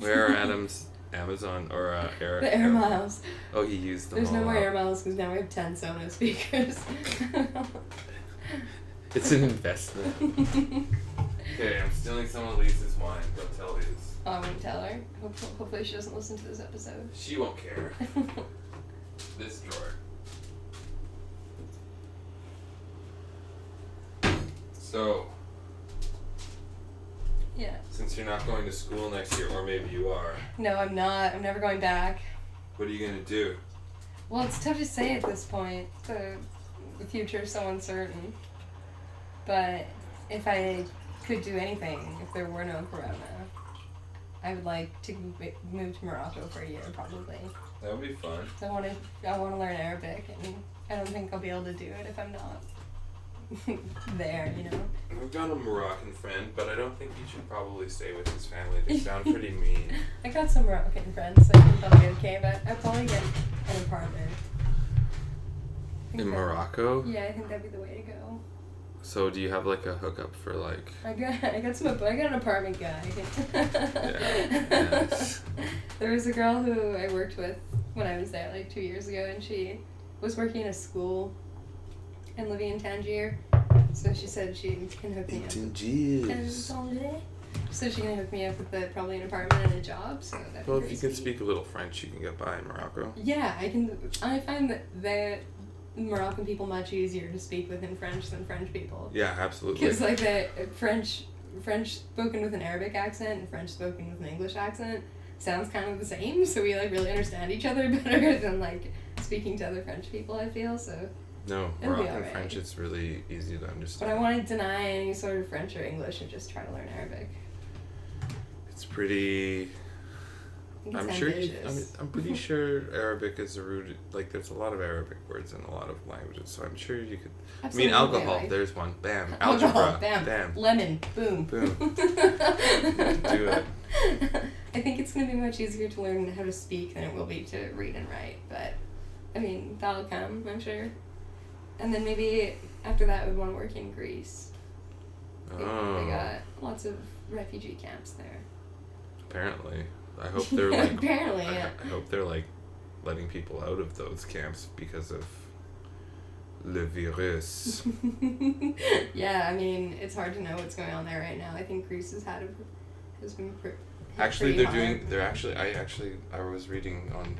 [SPEAKER 2] Where are Adam's Amazon or uh, air?
[SPEAKER 4] The air miles.
[SPEAKER 2] Oh, he used them
[SPEAKER 4] There's
[SPEAKER 2] all
[SPEAKER 4] no more
[SPEAKER 2] out.
[SPEAKER 4] air miles because now we have 10 Sonos speakers.
[SPEAKER 2] It's an investment. Okay, I'm stealing some of Lisa's wine. Don't tell Lisa.
[SPEAKER 4] I won't tell her. Um, Hope- Hopefully, she doesn't listen to this episode.
[SPEAKER 2] She won't care. This drawer. So,
[SPEAKER 4] yeah.
[SPEAKER 2] since you're not going to school next year, or maybe you are,
[SPEAKER 4] No, I'm not. I'm never going back.
[SPEAKER 2] what are you gonna do?
[SPEAKER 4] Well, it's tough to say at this point. The, the future is so uncertain. But if I could do anything, if there were no corona, I would like to m- move to Morocco for a year, probably.
[SPEAKER 2] That would be fun.
[SPEAKER 4] So I want to. I want to learn Arabic, and I don't think I'll be able to do it if I'm not there. You know.
[SPEAKER 2] I've got a Moroccan friend, but I don't think he should probably stay with his family. They sound pretty mean.
[SPEAKER 4] I got some Moroccan friends, so I think I'll be okay. But I'll probably get an apartment. I think
[SPEAKER 2] In
[SPEAKER 4] that-
[SPEAKER 2] Morocco?
[SPEAKER 4] Yeah, I think that'd be the way to go.
[SPEAKER 2] So, do you have like a hookup for like.
[SPEAKER 4] I got I got some I got an apartment guy.
[SPEAKER 2] yes.
[SPEAKER 4] There was a girl who I worked with when I was there like two years ago, and she was working in a school and living in Tangier. So she said she can hook me up. with- Tangier. So she can hook me up with a, probably an apartment and a job. So that.
[SPEAKER 2] Well, if you can speak a little French, you can get by in Morocco.
[SPEAKER 4] Yeah, I can. I find that the Moroccan people much easier to speak with in French than French people.
[SPEAKER 2] Yeah, absolutely.
[SPEAKER 4] Because like the uh, French, French spoken with an Arabic accent and French spoken with an English accent sounds kind of the same. So we like really understand each other better than like speaking to other French people. I feel so.
[SPEAKER 2] No,
[SPEAKER 4] be
[SPEAKER 2] Moroccan
[SPEAKER 4] alright.
[SPEAKER 2] French is really easy to
[SPEAKER 4] But
[SPEAKER 2] understand.
[SPEAKER 4] I want to deny any sort of French or English and just try to learn Arabic.
[SPEAKER 2] It's pretty.
[SPEAKER 4] I think it's
[SPEAKER 2] I'm sure. You,
[SPEAKER 4] ambitious.
[SPEAKER 2] I'm, I'm pretty sure Arabic is a root. Like, there's a lot of Arabic words in a lot of languages, so I'm sure you could. I mean,
[SPEAKER 4] Absolutely,
[SPEAKER 2] alcohol.
[SPEAKER 4] like-
[SPEAKER 2] There's one. Bam.
[SPEAKER 4] Alcohol,
[SPEAKER 2] Algebra.
[SPEAKER 4] bam.
[SPEAKER 2] Bam.
[SPEAKER 4] Lemon. Boom.
[SPEAKER 2] Boom.
[SPEAKER 4] Do
[SPEAKER 2] it.
[SPEAKER 4] I think it's going to be much easier to learn how to speak than it will be to read and write, but I mean, that'll come, I'm sure. And then maybe after that, we'd want to work in Greece. They, they
[SPEAKER 2] Oh,
[SPEAKER 4] got lots of refugee camps there.
[SPEAKER 2] apparently. I hope they're like.
[SPEAKER 4] Apparently,
[SPEAKER 2] I,
[SPEAKER 4] yeah.
[SPEAKER 2] I hope they're like letting people out of those camps because of le virus.
[SPEAKER 4] yeah, I mean, it's hard to know what's going on there right now. I think Greece has had a, has been pr- hit
[SPEAKER 2] actually,
[SPEAKER 4] pretty
[SPEAKER 2] they're
[SPEAKER 4] hard.
[SPEAKER 2] doing. They're actually. I actually. I was reading on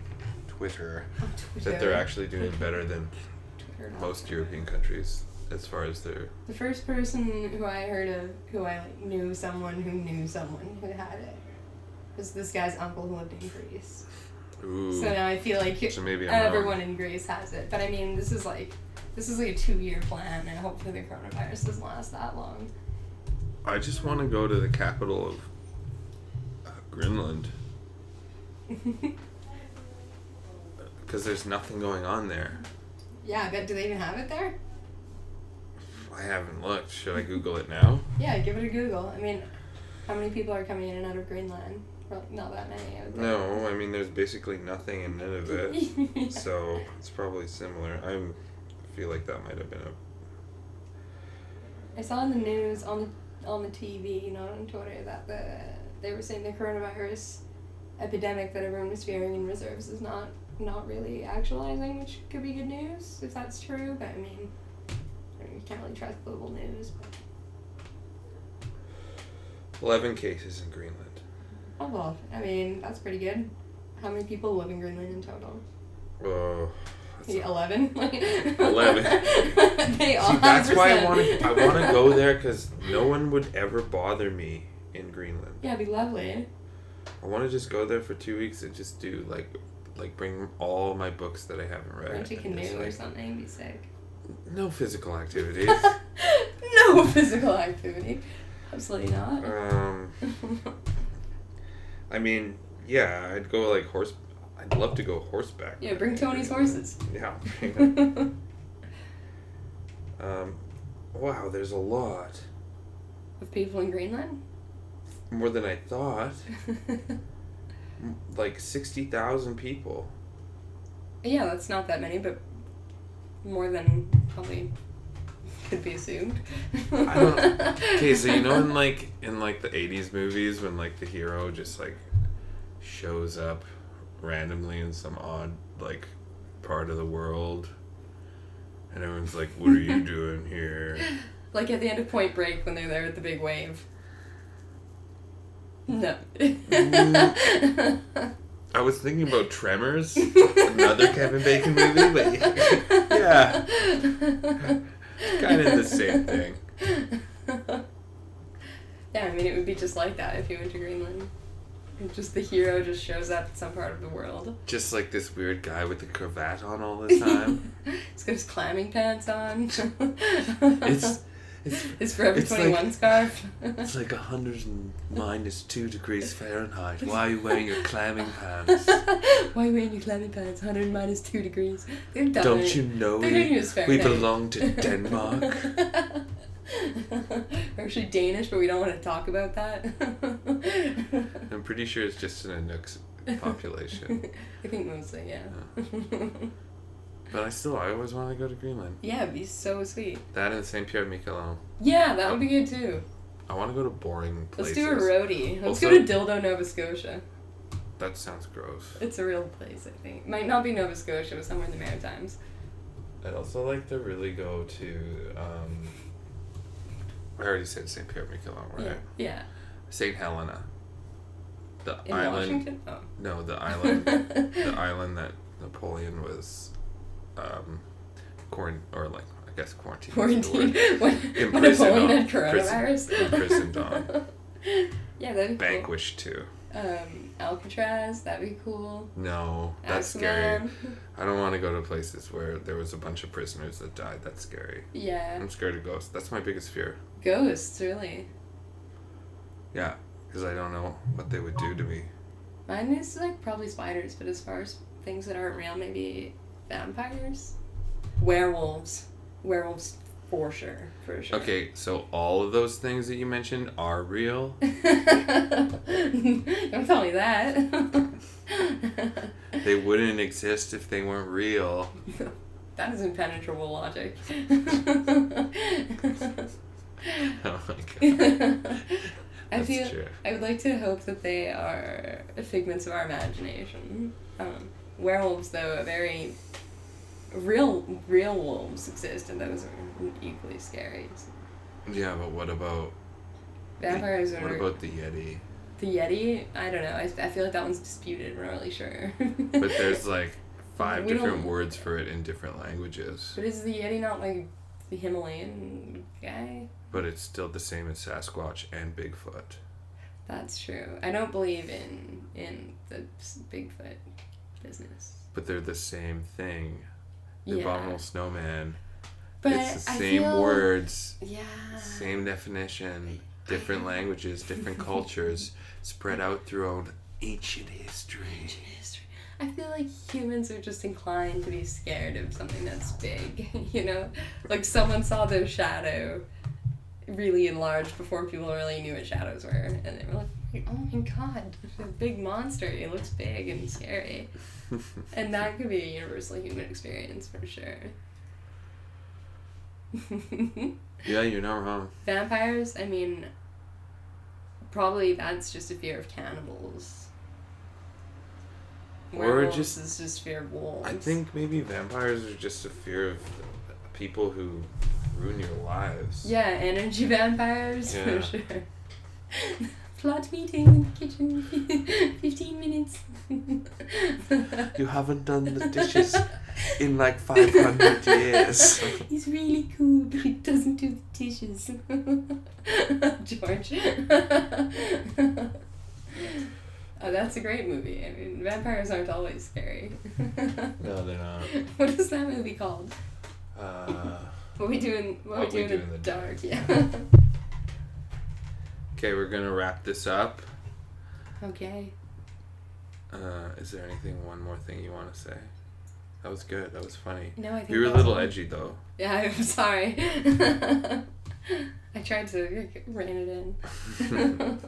[SPEAKER 2] Twitter
[SPEAKER 4] On Oh, Twitter.
[SPEAKER 2] that they're actually doing better than
[SPEAKER 4] Twitter docs.
[SPEAKER 2] most European countries as far as their
[SPEAKER 4] The first person who I heard of, who I like, knew someone who knew someone who had it, was this guy's uncle who lived in Greece.
[SPEAKER 2] ooh.
[SPEAKER 4] So now I feel like
[SPEAKER 2] So maybe I'm
[SPEAKER 4] everyone
[SPEAKER 2] wrong.
[SPEAKER 4] in Greece has it. But I mean, this is like, this is like a two-year plan, and hopefully the coronavirus doesn't last that long.
[SPEAKER 2] I just want to go to the capital of uh, Greenland because uh, there's nothing going on there.
[SPEAKER 4] yeah, I bet. Do they even have it there?
[SPEAKER 2] I haven't looked. Should I Google it now?
[SPEAKER 4] Yeah, give it a Google. I mean, how many people are coming in and out of Greenland? Probably Not that many. I would think.
[SPEAKER 2] No, I mean there's basically nothing in Nunavut,
[SPEAKER 4] Yeah.
[SPEAKER 2] so it's probably similar. I'm I feel like that might have been a
[SPEAKER 4] I saw in the news on the on the TV, not on Twitter, that the they were saying the coronavirus epidemic that everyone was fearing in reserves is not not really actualizing, which could be good news if that's true. But I mean, I mean you can't really trust global news. But,
[SPEAKER 2] 11 cases in Greenland.
[SPEAKER 4] oh well, I mean that's pretty good. How many people live in Greenland in total?
[SPEAKER 2] Oh, I That's
[SPEAKER 4] Yeah, Eleven.
[SPEAKER 2] Eleven.
[SPEAKER 4] they all.
[SPEAKER 2] See, that's why I
[SPEAKER 4] 100%.
[SPEAKER 2] want to. I want to go there because no one would ever bother me in Greenland.
[SPEAKER 4] Yeah, it'd be lovely.
[SPEAKER 2] I want to just go there for two weeks and just do like, like bring all my books that I haven't read.
[SPEAKER 4] Rent a
[SPEAKER 2] and just,
[SPEAKER 4] canoe or
[SPEAKER 2] like,
[SPEAKER 4] something. Be sick.
[SPEAKER 2] No physical activities.
[SPEAKER 4] no physical activity. Absolutely not.
[SPEAKER 2] um, I mean, yeah, I'd go like horse. I'd love to go horseback.
[SPEAKER 4] yeah, bring Tony's
[SPEAKER 2] horses.
[SPEAKER 4] horses.
[SPEAKER 2] Yeah. I'll bring them.
[SPEAKER 4] of
[SPEAKER 2] um, wow, there's a lot
[SPEAKER 4] people in Greenland.
[SPEAKER 2] more than I thought. M- Like sixty thousand people.
[SPEAKER 4] yeah, that's not that many, but more than probably could be assumed.
[SPEAKER 2] I don't- Okay, so you know in like in like the '80s movies when like the hero just like shows up randomly in some odd like part of the world, and everyone's like, "What are you doing here?"
[SPEAKER 4] Like at the end of Point Break when they're there at the big wave.
[SPEAKER 2] Hmm.
[SPEAKER 4] No.
[SPEAKER 2] I was thinking about Tremors, another Kevin Bacon movie, but yeah, kind of the same thing.
[SPEAKER 4] Yeah, I mean, it would be just like that if you went to Greenland. It's Just the hero just shows up in some part of the world.
[SPEAKER 2] Just like this weird guy with the cravat on all the time.
[SPEAKER 4] He's got his climbing pants on.
[SPEAKER 2] It's it's
[SPEAKER 4] his Forever
[SPEAKER 2] it's like-
[SPEAKER 4] 21 scarf.
[SPEAKER 2] It's like a hundred and minus two degrees Fahrenheit. Why are you wearing your climbing pants?
[SPEAKER 4] Why are you wearing your climbing pants? 100 minus 2 degrees. They've done it.
[SPEAKER 2] Don't you know
[SPEAKER 4] They don't
[SPEAKER 2] we,
[SPEAKER 4] use
[SPEAKER 2] we
[SPEAKER 4] Fahrenheit.
[SPEAKER 2] belong to Denmark?
[SPEAKER 4] We're actually Danish, but we don't want to talk about that.
[SPEAKER 2] I'm pretty sure it's just an Inuks population.
[SPEAKER 4] I think mostly, yeah.
[SPEAKER 2] But I still, I always wanted to go to Greenland.
[SPEAKER 4] yeah, it'd be so sweet.
[SPEAKER 2] That and St. Pierre Miquelon.
[SPEAKER 4] Yeah, that would be good too.
[SPEAKER 2] I want to go to boring places.
[SPEAKER 4] Let's do a roadie. Let's
[SPEAKER 2] Also-
[SPEAKER 4] go to Dildo, Nova Scotia.
[SPEAKER 2] That sounds gross.
[SPEAKER 4] It's a real place, I think. Might not be Nova Scotia, but somewhere in the Maritimes.
[SPEAKER 2] I'd also like to really go to. Um, I already said St. Pierre Miquelon, right?
[SPEAKER 4] Yeah.
[SPEAKER 2] St. Helena. The
[SPEAKER 4] In
[SPEAKER 2] island.
[SPEAKER 4] Washington? Oh.
[SPEAKER 2] No, the island. the island that Napoleon was um quarant or like I guess quarantined. is the word.
[SPEAKER 4] Quarantine. when
[SPEAKER 2] In
[SPEAKER 4] when
[SPEAKER 2] prison
[SPEAKER 4] Napoleon
[SPEAKER 2] on-
[SPEAKER 4] had coronavirus.
[SPEAKER 2] imprisoned on.
[SPEAKER 4] yeah, that'd be
[SPEAKER 2] Vanquished too.
[SPEAKER 4] cool. Um, Alcatraz, that'd be cool.
[SPEAKER 2] No, that's scary.
[SPEAKER 4] Azkaban.
[SPEAKER 2] I don't want to go to places where there was a bunch of prisoners that died. That's scary.
[SPEAKER 4] Yeah.
[SPEAKER 2] I'm scared of ghosts. That's my biggest fear.
[SPEAKER 4] Ghosts, really.
[SPEAKER 2] Yeah, because I don't know what they would do to me.
[SPEAKER 4] Mine is like probably spiders, but as far as things that aren't real, maybe vampires, werewolves, werewolves for sure, for sure.
[SPEAKER 2] Okay, so all of those things that you mentioned are real.
[SPEAKER 4] Don't tell me that.
[SPEAKER 2] They wouldn't exist if they weren't real.
[SPEAKER 4] that is impenetrable logic.
[SPEAKER 2] Oh my god.
[SPEAKER 4] I
[SPEAKER 2] That's
[SPEAKER 4] feel
[SPEAKER 2] true.
[SPEAKER 4] I would like to hope that they are figments of our imagination. Um, werewolves, though, are very real. Real wolves exist, and those are equally scary.
[SPEAKER 2] Yeah, but what about
[SPEAKER 4] Vampires are
[SPEAKER 2] what about the Yeti?
[SPEAKER 4] the Yeti. I don't know. I, I feel like that one's disputed. We're not really sure.
[SPEAKER 2] But there's like five
[SPEAKER 4] We don't-
[SPEAKER 2] different words for it in different languages.
[SPEAKER 4] But is the Yeti not like the Himalayan guy?
[SPEAKER 2] But it's still the same as Sasquatch and Bigfoot.
[SPEAKER 4] That's true. I don't believe in in the s- Bigfoot business.
[SPEAKER 2] But they're the same thing. The
[SPEAKER 4] yeah,
[SPEAKER 2] abominable snowman.
[SPEAKER 4] but
[SPEAKER 2] it's the
[SPEAKER 4] I
[SPEAKER 2] same
[SPEAKER 4] feel- Uh,
[SPEAKER 2] words,
[SPEAKER 4] Yeah.
[SPEAKER 2] same definition, different languages, different cultures, spread out throughout ancient history.
[SPEAKER 4] ancient history. I feel like humans are just inclined to be scared of something that's big, you know? Like someone saw their shadow really enlarged before people really knew what shadows were, and they were like, oh my god, it's a big monster, it looks big and scary. And that could be a universal human experience for sure.
[SPEAKER 2] yeah, you're not wrong.
[SPEAKER 4] Vampires, I mean, probably that's just a fear of cannibals.
[SPEAKER 2] Or
[SPEAKER 4] Werewolves
[SPEAKER 2] just-
[SPEAKER 4] is just fear of wolves.
[SPEAKER 2] I think maybe vampires are just a fear of people who ruin your lives.
[SPEAKER 4] Yeah, energy vampires
[SPEAKER 2] Yeah.
[SPEAKER 4] for sure. plot meeting in the kitchen, fifteen minutes.
[SPEAKER 2] You haven't done the dishes in like 500 years.
[SPEAKER 4] He's really cool, but he doesn't do the dishes. George. oh, that's a great movie. I mean, vampires aren't always scary.
[SPEAKER 2] No, they're not.
[SPEAKER 4] what is that movie called?
[SPEAKER 2] Uh,
[SPEAKER 4] What we do in What, we, do, in, the dark? Yeah.
[SPEAKER 2] okay, we're gonna wrap this up.
[SPEAKER 4] okay.
[SPEAKER 2] Uh, is there anything, one more thing you want to say? That was good. That was funny.
[SPEAKER 4] No, I think
[SPEAKER 2] You were a
[SPEAKER 4] that's
[SPEAKER 2] little
[SPEAKER 4] all.
[SPEAKER 2] edgy though.
[SPEAKER 4] Yeah, I'm sorry. I tried to rein it in.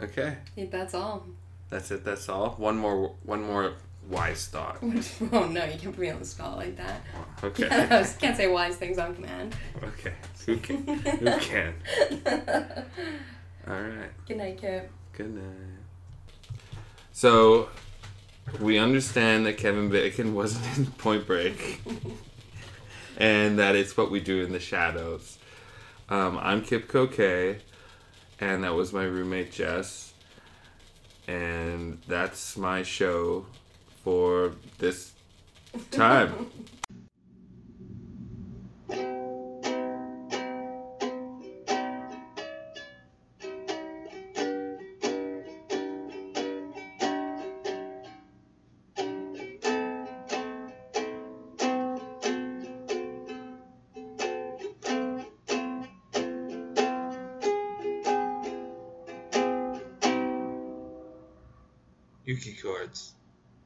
[SPEAKER 2] Okay,
[SPEAKER 4] Yeah, that's all.
[SPEAKER 2] that's it. That's all. One more. One more wise thought.
[SPEAKER 4] Oh no, you can't put me on the spot like that.
[SPEAKER 2] Okay.
[SPEAKER 4] I was- can't say wise things on command.
[SPEAKER 2] Okay. Who can? Who can? All right.
[SPEAKER 4] Good night, Kip.
[SPEAKER 2] Good night. So, we understand that Kevin Bacon wasn't in Point Break, and that it's what we do in the shadows. Um, I'm Kip Coquet, and that was my roommate Jess, and that's my show for this time. Yuki Chords.